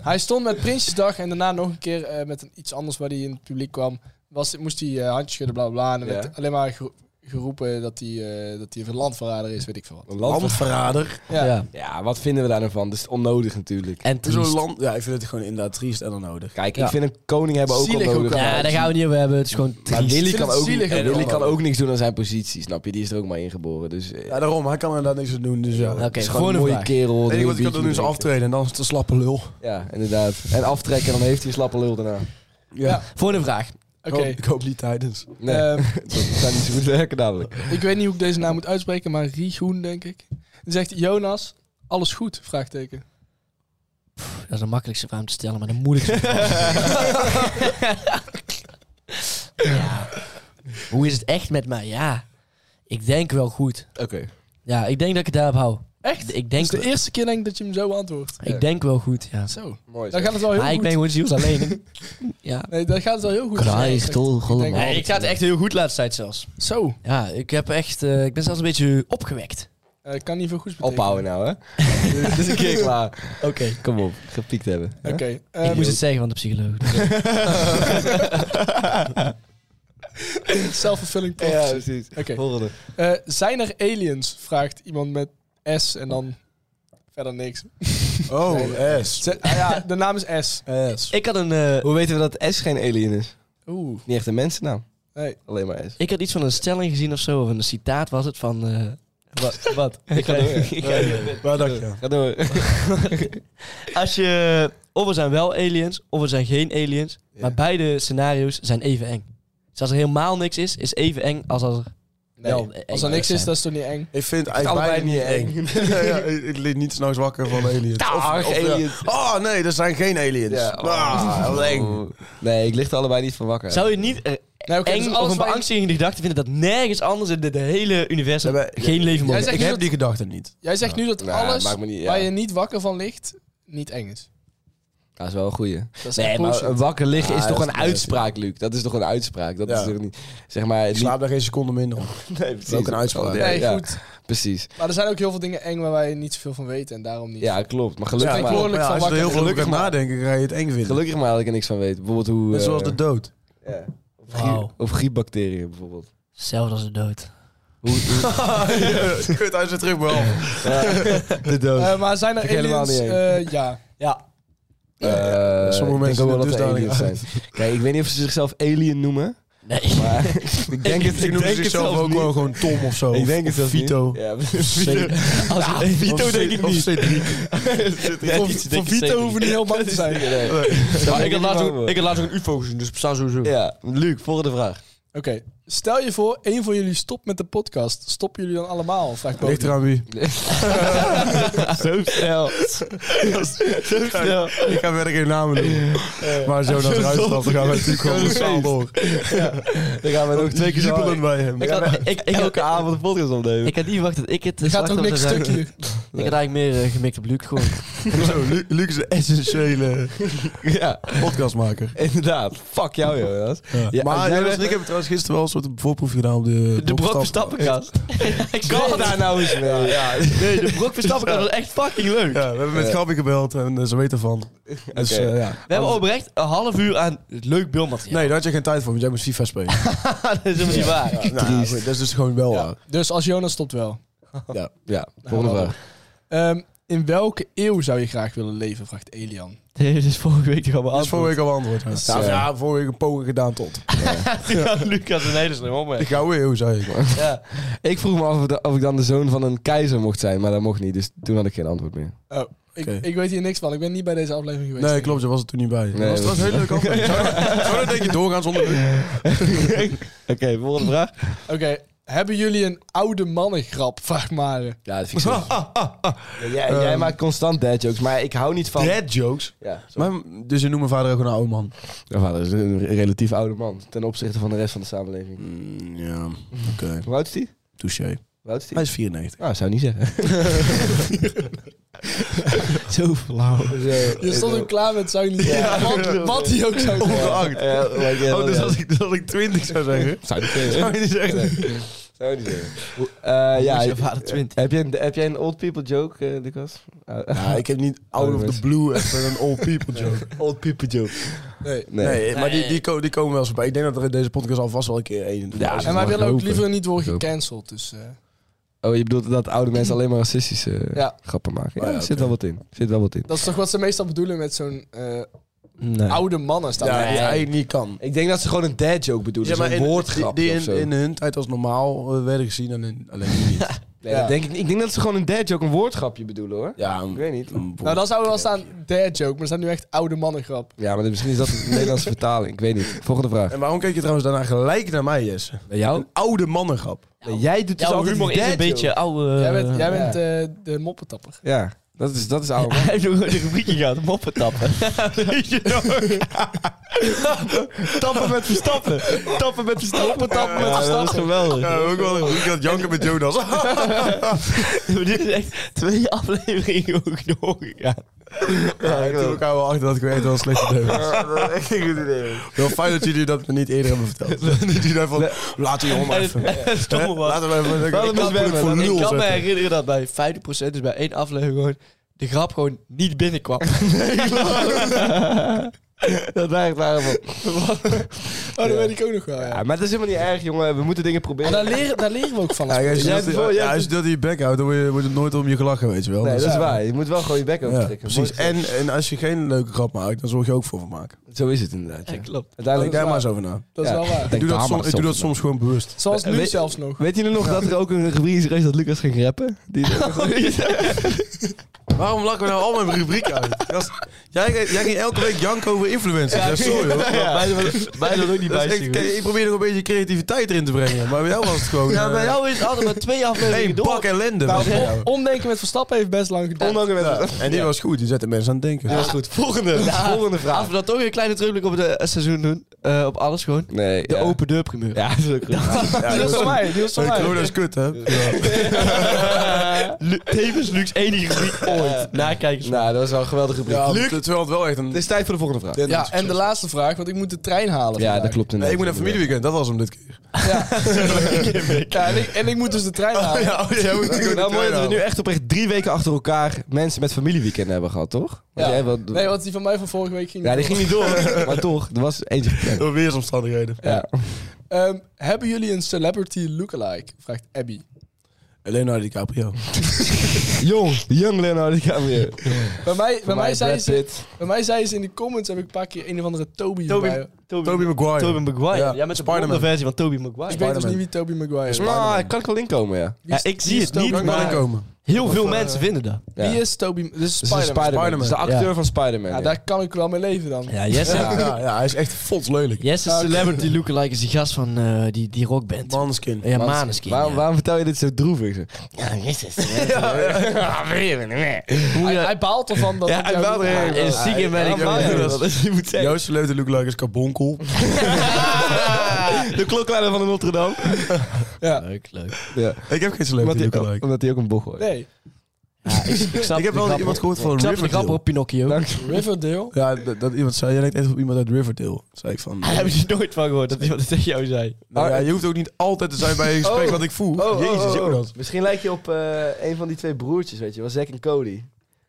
hij stond met Prinsjesdag en daarna nog een keer eh, met een, iets anders waar hij in het publiek kwam. Was, moest hij eh, handjes schudden, bla bla bla. En er
Ja.
werd alleen maar gero- geroepen dat hij, eh, dat hij een landverrader is, weet ik veel wat.
Een landver-
Landverrader.
Ja.
Ja.
Ja, wat vinden we daar nou van? Dat is onnodig natuurlijk.
En
Zo'n
triest.
land. Ja, ik vind het gewoon inderdaad triest en onnodig.
Kijk,
Ja.
ik vind een koning hebben ook
Zielig
onnodig.
ook al.
Ja, daar gaan we niet over hebben. Het is gewoon
Maar
triest.
Willy,
vind
kan
het
ook,
zielig
en
ook
Willy
wel.
kan ook niks doen aan zijn positie, snap je? Die is er ook maar ingeboren. Dus eh,
Ja, daarom. Hij kan inderdaad niks aan doen. Dus ja.
Oké,
het is gewoon
gewoon
een
een
mooie
vraag.
kerel.
Het enige
die
wat
een
hij kan doen is
biertje
aftreden en dan is het een slappe lul.
drinkt. Ja, inderdaad. En aftrekken, dan heeft hij een slappe lul daarna.
Ja.
Volgende vraag.
Oké.
Ik, hoop, ik hoop niet tijdens.
Oh, Nee,
Ehm,
(laughs) dat zou niet zo goed werken namelijk.
ik weet niet hoe ik deze naam moet uitspreken, maar Rigoen, denk ik. Die zegt, Jonas, alles goed? Vraagteken.
Dat is de makkelijkste vraag om te stellen, maar de
(laughs)
moeilijkste vraag. ja. Hoe is het echt met mij? Ja, ik denk wel goed.
Oké.
Ja, ik denk dat ik het daarop hou. Echt? Ik denk,
Dat is de eerste keer denk ik dat je hem zo beantwoordt.
ik denk wel goed, ja.
Zo.
Mooi.
Dan gaat het wel heel
Maar ik
goed.
ben gewoon ziels
(laughs)
alleen. ja.
Nee, dan gaat het wel heel goed.
Christ,
toch.
Nee, ik ga het echt heel goed laatst tijd zelfs.
Zo.
Ja, ik, heb echt, eh, ik ben zelfs een beetje opgewekt.
Eh, kan niet veel goeds betekenen.
Ophouden nou, hè? Dit is een keer klaar. Oké. Kom op, gepiekt hebben. (laughs)
Oké.
ik
ehm,
moest het zeggen van de psycholoog.
Self-fulfilling
Ja,
prophecy.
precies.
Oké.
Volgende.
Eh, zijn er aliens? Vraagt iemand met S en dan verder niks.
Oh, S.
Ze- ah ja, de naam is S.
(laughs)
S.
Ik had een... eh,
Hoe weten we dat S geen alien is?
Oeh.
Niet echt een mensennaam.
Nee.
Alleen maar S.
ik had iets van een stelling gezien of zo, of een citaat was het van... eh, wat? wat? (laughs) ik
(laughs)
ga ik ga-
Waar dacht je?
Ga door.
Als je... Of er zijn wel aliens, of er zijn geen aliens.
Ja.
Maar beide scenario's zijn even eng. Dus als er helemaal niks is, is even eng als als er...
Nee.
Wel
Als
eng
er niks is,
zijn.
dat is toch niet eng?
Ik vind eigenlijk
allebei
beide
niet
(laughs) ja, ja, ik liet niet s'nachts wakker van aliens.
(laughs) Dag,
eh,
aliens.
Ja. Oh nee, er zijn geen aliens.
eh, Ja.
Ah, wat eng.
Nee, ik lig er allebei niet van wakker.
Zou je niet eh,
Nee, oké,
eng
dus
of
alles
een
waar je-
beangstigende gedachte vinden dat nergens anders in het hele universum
Ja, maar-
geen leven
Jij
mogelijk
zegt
Ik
nu
heb
dat-
die gedachten niet.
Jij zegt nu dat
Nou,
alles
maakt me niet- ja.
waar je niet wakker van ligt, niet eng is.
Dat is wel een goeie.
Dat is
Nee,
echt
maar
bullshit.
een wakker liggen
Ah,
is toch
dat
een
is
uitspraak, Luc? Dat is toch een uitspraak? Dat
Ja.
is toch niet... Zeg maar...
Ik slaap daar geen seconde minder om.
niet... Nee, precies.
is ook een uitspraak.
Ja,
Nee,
ja,
goed.
precies.
Maar er zijn ook heel veel dingen eng waar wij niet zoveel van weten en daarom niet.
Ja, klopt. Maar
Ja,
gelukkig,
ik
maar,
hoor-
als je er heel veel over
Gelukkig
gaat
maar.
nadenken, ga je het eng vinden.
gelukkig maar dat ik er niks van weet. Bijvoorbeeld hoe...
Net zoals
eh,
de dood. (laughs)
ja. Of,
Wauw.
griep- of griepbacteriën bijvoorbeeld.
Zelfs als de dood.
Kut, hij is weer terug behalve.
De dood.
Eh, maar zijn er
Vind ik helemaal
aliens?
niet
Eh,
(laughs)
ja.
Ja.
Eh, ik
Sommige
denk
mensen dus
ook wel dat
doen
ze
dusdanig
aliens zijn. Kijk, ik weet niet of ze zichzelf alien noemen.
Nee. (laughs)
Maar ik denk het, ik
Ze noemen
denk het
zichzelf
zelf
ook
niet.
wel gewoon Tom of zo.
Ik
Of-
denk het
of
zelfs niet.
Vito.
(laughs)
Ja,
Als ah, Vito
Of
denk
C-
ik
of
niet.
C3.
Nee,
Voor,
die
voor
denk ik
Vito
zeker
hoeven we niet heel bang te
(laughs)
zijn. Oké,
Maar ik had laatst ook- ik had laatst ook een
UFO gezien, dus bestaan sowieso.
(laughs)
Ja, Luc, volgende vraag.
stel je voor, één van jullie stopt met de podcast. Stoppen jullie dan allemaal? Vraagt Bodie.
Ligt eraan wie.
Zo snel. Zo snel.
Ik ga verder geen namen noemen. Maar zo dat eruit stapt, dan gaan we natuurlijk gewoon
Zo'n
massaal
feest.
door.
(laughs) Dan gaan we nog twee keer zo
Jubelend
hard.
bij hem.
Ik had, ik, ik, ik,
elke avond een podcast opnemen.
ik had niet verwacht dat ik het
Je
eh,
gaat ook
slachtoffer
niks
zou zijn.
stuk hier.
Ik had eigenlijk meer eh, gemikt op Luc gewoon.
Zo, Lu- Luc is een essentiële
(laughs) Ja,
podcastmaker.
inderdaad. Fuck jou, Jonas. Ja,
maar
als jij
Jonas
weg-
en ik hebben trouwens gisteren wel een soort voorproef gedaan op de...
De Brok
stappen.
Verstappenkast. (laughs)
Ga daar nou eens mee.
Nee, de Brok Verstappenkast was echt fucking leuk.
Ja, we hebben met
Ja.
Gabby gebeld en eh, ze weten ervan. Dus
Oké.
eh, ja.
We hebben oprecht een half uur aan leuk beeldmateriaal.
Nee, daar had je geen tijd voor, want jij moest FIFA spelen.
(laughs) dat is helemaal niet waar.
Nou, goed, dat is dus gewoon wel waar.
Dus als Jonas stopt wel.
Ja, ja. volgende
Nou,
vraag.
Ehm, in welke eeuw zou je graag willen leven? Vraagt Elian.
Nee, dit is vorige week toch allemaal
Dat is vorige week al beantwoord. Ja,
eh,
Nou, ja, vorige week een poging gedaan tot.
(laughs) Ja, Lucas en Nederland om
(laughs) De gouden eeuw, zei ik. Maar.
Ik vroeg me af of, da- of ik dan de zoon van een keizer mocht zijn, maar dat mocht niet. Dus toen had ik geen antwoord meer.
Oh, Ik,
Oké.
ik weet hier niks van. Ik ben niet bij deze aflevering geweest.
Nee, klopt, ze was er toen niet bij.
Nee,
dat
dat-
was trouwens een
(laughs)
hele leuke aflevering. Zou- Zou dat denk je doorgaan zonder Luc?
Oké, volgende vraag.
Oké, hebben jullie een oude mannengrap? Vraagt Mare.
Ja, dat vind ik zo. ah, jij, jij
Ehm.
maakt constant dad jokes, maar ik hou niet van...
Dad jokes.
Ja,
Maar, dus je noemt mijn vader ook een oude man.
Mijn vader is een relatief oude man ten opzichte van de rest van de samenleving.
ja, oké.
Hoe oud Hm. is die?
Touché.
Hoe oud is die?
Hij is 94.
Nou, zou niet zeggen. (laughs)
Zo flauw.
eh,
Je stond ook klaar met zou je niet zeggen. (laughs) Wat, wat die ook zou zeggen.
Ongeacht.
Ja, maar ik-
Oh, dus als ik, als ik 20 zou zeggen.
Zou niet
Zou
zeggen.
je niet zeggen?
Zou niet zeggen. Eh, ja,
je vader 20?
Heb jij, een, heb jij een old people joke, eh, Lucas?
Ja, ik heb niet out of the blue echt een old people joke.
(laughs) old people joke.
Nee.
Nee.
maar die, die, ko- die komen wel eens bij. Ik denk dat er in deze podcast alvast wel een keer één.
Ja,
En wij
mag
willen ook
hopen.
liever niet worden
Ik hoop.
gecanceld. Dus, eh,
Oh, je bedoelt dat oude mensen alleen maar racistische eh,
Ja.
grappen maken? Ja,
Oh, ja,
er zit
oké.
wel wat in. Zit wel wat in.
dat is toch wat ze meestal bedoelen met zo'n eh,
Nee.
oude mannen staan.
Ja,
Ja,
die eigenlijk niet kan.
Ik denk dat ze gewoon een dad joke bedoelen.
Ja,
Ja,
maar
een woordgrap
die, die
of zo.
in, in hun tijd als normaal eh, werden gezien en in, alleen
(laughs)
nu niet.
Nee, dat denk ik, niet. ik denk dat ze gewoon een dad joke, een woordgrapje bedoelen hoor.
ja,
Ik weet niet.
Nou, dan zou er wel staan dad joke, maar er staat nu echt oude mannengrap.
Ja, maar misschien is dat (laughs) een Nederlandse vertaling. Ik weet niet. Volgende vraag.
En waarom keek je trouwens daarna gelijk naar mij, Jesse?
Bij jou?
Een oude mannengrap.
Nee, jij doet dus
Jouw
altijd
humor
die
is een
dad joke.
beetje oude...
jij bent, jij
ja.
bent eh, de moppetapper.
Ja, dat is, dat is oude man.
Hij heeft nog een rubriekje gehad, moppen tappen. Weet je (laughs) nog?
Tappen met verstappen. Tappen met verstappen. Tappen, tappen
met verstappen.
(laughs) Dat is geweldig. (laughs)
ook wel. Ik had janken met (laughs) Jonas.
Maar Dit is echt twee afleveringen ook doorgegaan.
Ja, ik ook wel achter dat ik weer echt wel een (laughs) slechte deugd was. Wel fijn dat jullie dat me niet eerder hebben verteld. (laughs) Dat jullie daarvan, laten die jongen
En
maar
het-
even.
en het stomme was...
Laten we even ik kan
Ik kan,
het voor
me, ik
nul
kan me
zetten.
herinneren dat bij 50% dus bij één aflevering gewoon de grap gewoon niet binnenkwam.
Dat is eigenlijk daarvan.
Oh, dat weet ik ook nog wel,
Ja,
ja.
maar dat is helemaal niet erg, jongen. We moeten dingen
En
proberen.
daar leren, daar leren we ook van.
Ja, als je
Jij
dat-
hebt wel-
ja,
jij
als je
hebt-
dat in je bek houdt, dan word je, wordt er nooit om je gelachen, weet je wel.
nee,
Dus-
dat is waar. Je moet wel gewoon je bek
ja,
overtrekken.
precies.
Mooi gezegd.
En, en als je geen leuke grap maakt, dan zorg je ook voor vermaak.
Zo is het inderdaad. ja.
klopt.
Denk
Uiteindelijk...
daar maar eens over na.
dat is
ja.
wel waar.
Ik doe
daar
dat,
maar
soms, ik
eens
doe dat
over
soms gewoon bewust.
Zoals nu
Weet-
zelfs nog.
Weet jullie nog dat er ook een rubriek is dat Lucas ging rappen? Die
Waarom lakken we nou al mijn rubriek uit? (laughs) Gast, Jij, jij ging elke week janken over influencers. Ja,
(laughs)
sorry hoor.
Bijna ook niet
Dat
bij
is echt- kijk, ik probeer nog een beetje creativiteit erin te brengen. Maar bij jou was het gewoon...
Ja, bij
eh,
jou is het altijd maar twee afleveringen
één
door.
bak ellende. was het bij jou.
Omdenken met Verstappen heeft best lang geduurd.
Ondanks
Ja, en die was goed. Die zette mensen aan het denken.
Dat was goed. Volgende, volgende
Laten
vraag.
we dan toch een kleine terugblik op het eh, seizoen doen. Eh, op alles gewoon.
(laughs) Nee,
De open deur primeur.
Ja, dat is ook goed.
Die was van mij, die was van
Sorry, corona
mij.
is kut, hè?
(laughs) Lu- Tevens Lucs enige rubriek ooit. Nakijkers.
Nou, dat was wel een geweldige rubriek.
Ja,
Luc,
terwijl het wel echt een...
het is tijd voor de volgende vraag.
Ja, en de laatste vraag, want ik moet de trein halen
Ja,
vandaag.
dat klopt
Nee,
inderdaad.
ik moet naar familieweekend. Dat was hem dit keer.
Ja, en, ik, en ik moet dus de
(laughs)
trein halen.
(laughs) Ja, jij moet
Nou,
nou,
mooi dat we nu echt oprecht drie weken achter elkaar mensen met familieweekend hebben gehad, toch? Want
Ja.
jij wel-
Nee, want die van mij van vorige week ging
Ja, die
niet
ging niet door. (laughs) maar toch, er was eentje gepland.
Door weersomstandigheden.
Ja.
door. Ehm, hebben jullie een celebrity lookalike? Vraagt Abby.
Leonardo DiCaprio.
Jong, jong Leonardo DiCaprio.
Bij mij, bij mij,
mij
zei
Brad
ze,
Pitt.
bij mij zei ze in de comments, heb ik een paar keer een of andere Toby,
Toby,
erbij.
Toby Maguire.
Toby Maguire. Ja,
Ja,
met de
Spider-Man.
blonde versie van Toby
Ik
Maguire.
weet dus niet wie Toby Maguire is.
Maar ik kan ik wel inkomen, ja.
Ja, ik zie het niet,
Kan ik wel
maar
inkomen?
heel veel mensen vinden dat.
Ja.
Wie is Toby? Dus is
Dat is een
Spider-Man.
Spider-Man.
Spider-Man.
Dat is de acteur van Spider-Man.
ja,
ja.
daar kan ik wel mee leven dan.
Ja, Jesse.
Ja, ja, ja, hij is echt fots lelijk.
Jesse Celebrity Lookalike is die gast van eh, die, die rockband.
Manskin.
ja, Maneskin.
waarom,
ja.
waarom vertel je dit zo droevig?
Hoe,
Hij,
eh,
hij baalt ervan dat
ja,
ik
hij
jou-
baalt er heel erg in. Ziek in ben ik
waarom
ook.
baal je
Dat is- je moet (laughs) zeggen.
Juist leuk de lookalike is Kabonkel.
De klokleider van de Notre Dame.
Leuk, leuk.
Ja.
Ik heb geen
Omdat
celebrity
hij,
lookalike.
ook, omdat hij ook een bocht hoort.
Nee,
(laughs) Ik snap
Ik heb
de
wel
grap,
iemand
hoor.
gehoord van
Ik snap de grap
Riverdale.
op Pinocchio. Daar (laughs)
Riverdale.
Ja, dat, dat iemand zei, jij lijkt echt op iemand uit Riverdale. Zei ik (laughs) van...
heb je nooit van gehoord dat iemand het tegen jou (laughs) zei.
Nou ja, je hoeft ook niet altijd te zijn bij een gesprek wat ik voel.
Oh,
Jezus, Jonas.
Misschien lijkt je op eh, een van die twee broertjes, weet je wel. Zack en Cody.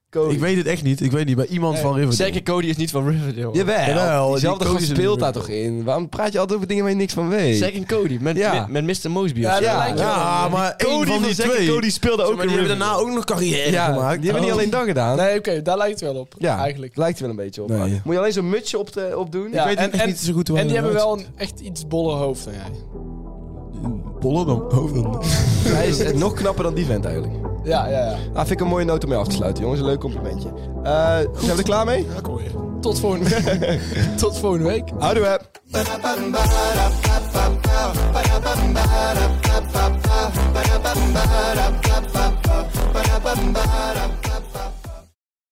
Cody.
Ik weet het echt niet. Ik weet niet. Bij iemand van Riverdale.
Zeker Cody is niet van Riverdale.
Jawel,
Jawel,
diezelfde
die
gast
Cody is
speelt
een-
daar toch in? Waarom praat je altijd over dingen waar je niks van weet?
Zack en Cody, met,
Ja.
met, met Mr. Mosby.
Ja,
of zo.
dat lijkt wel.
Ja, maar één
Cody
van
van
die
Zack en
twee.
Cody speelde ook
maar
in
die hebben
Riverdale.
daarna ook nog carrière
ja,
gemaakt. Oh.
die hebben niet alleen dat gedaan.
Nee, oké, daar lijkt het wel op.
Ja,
Eigenlijk.
Lijkt er wel een beetje op.
Nee.
Moet je alleen zo'n mutsje op, te, op doen?
Ja,
weet
en,
echt
en,
niet zo goed hoe
en
hij
die hebben wel
eruit
een echt iets boller hoofd dan jij.
Bollen dan over.
Hij is eh, nog knapper dan die vent eigenlijk.
Ja, ja, ja.
Ah, vind ik een mooie noot om mee af te sluiten, jongens. Een leuk complimentje. Eh, zijn we er klaar mee?
Tot volgende, tot volgende week.
Houdoe, hè.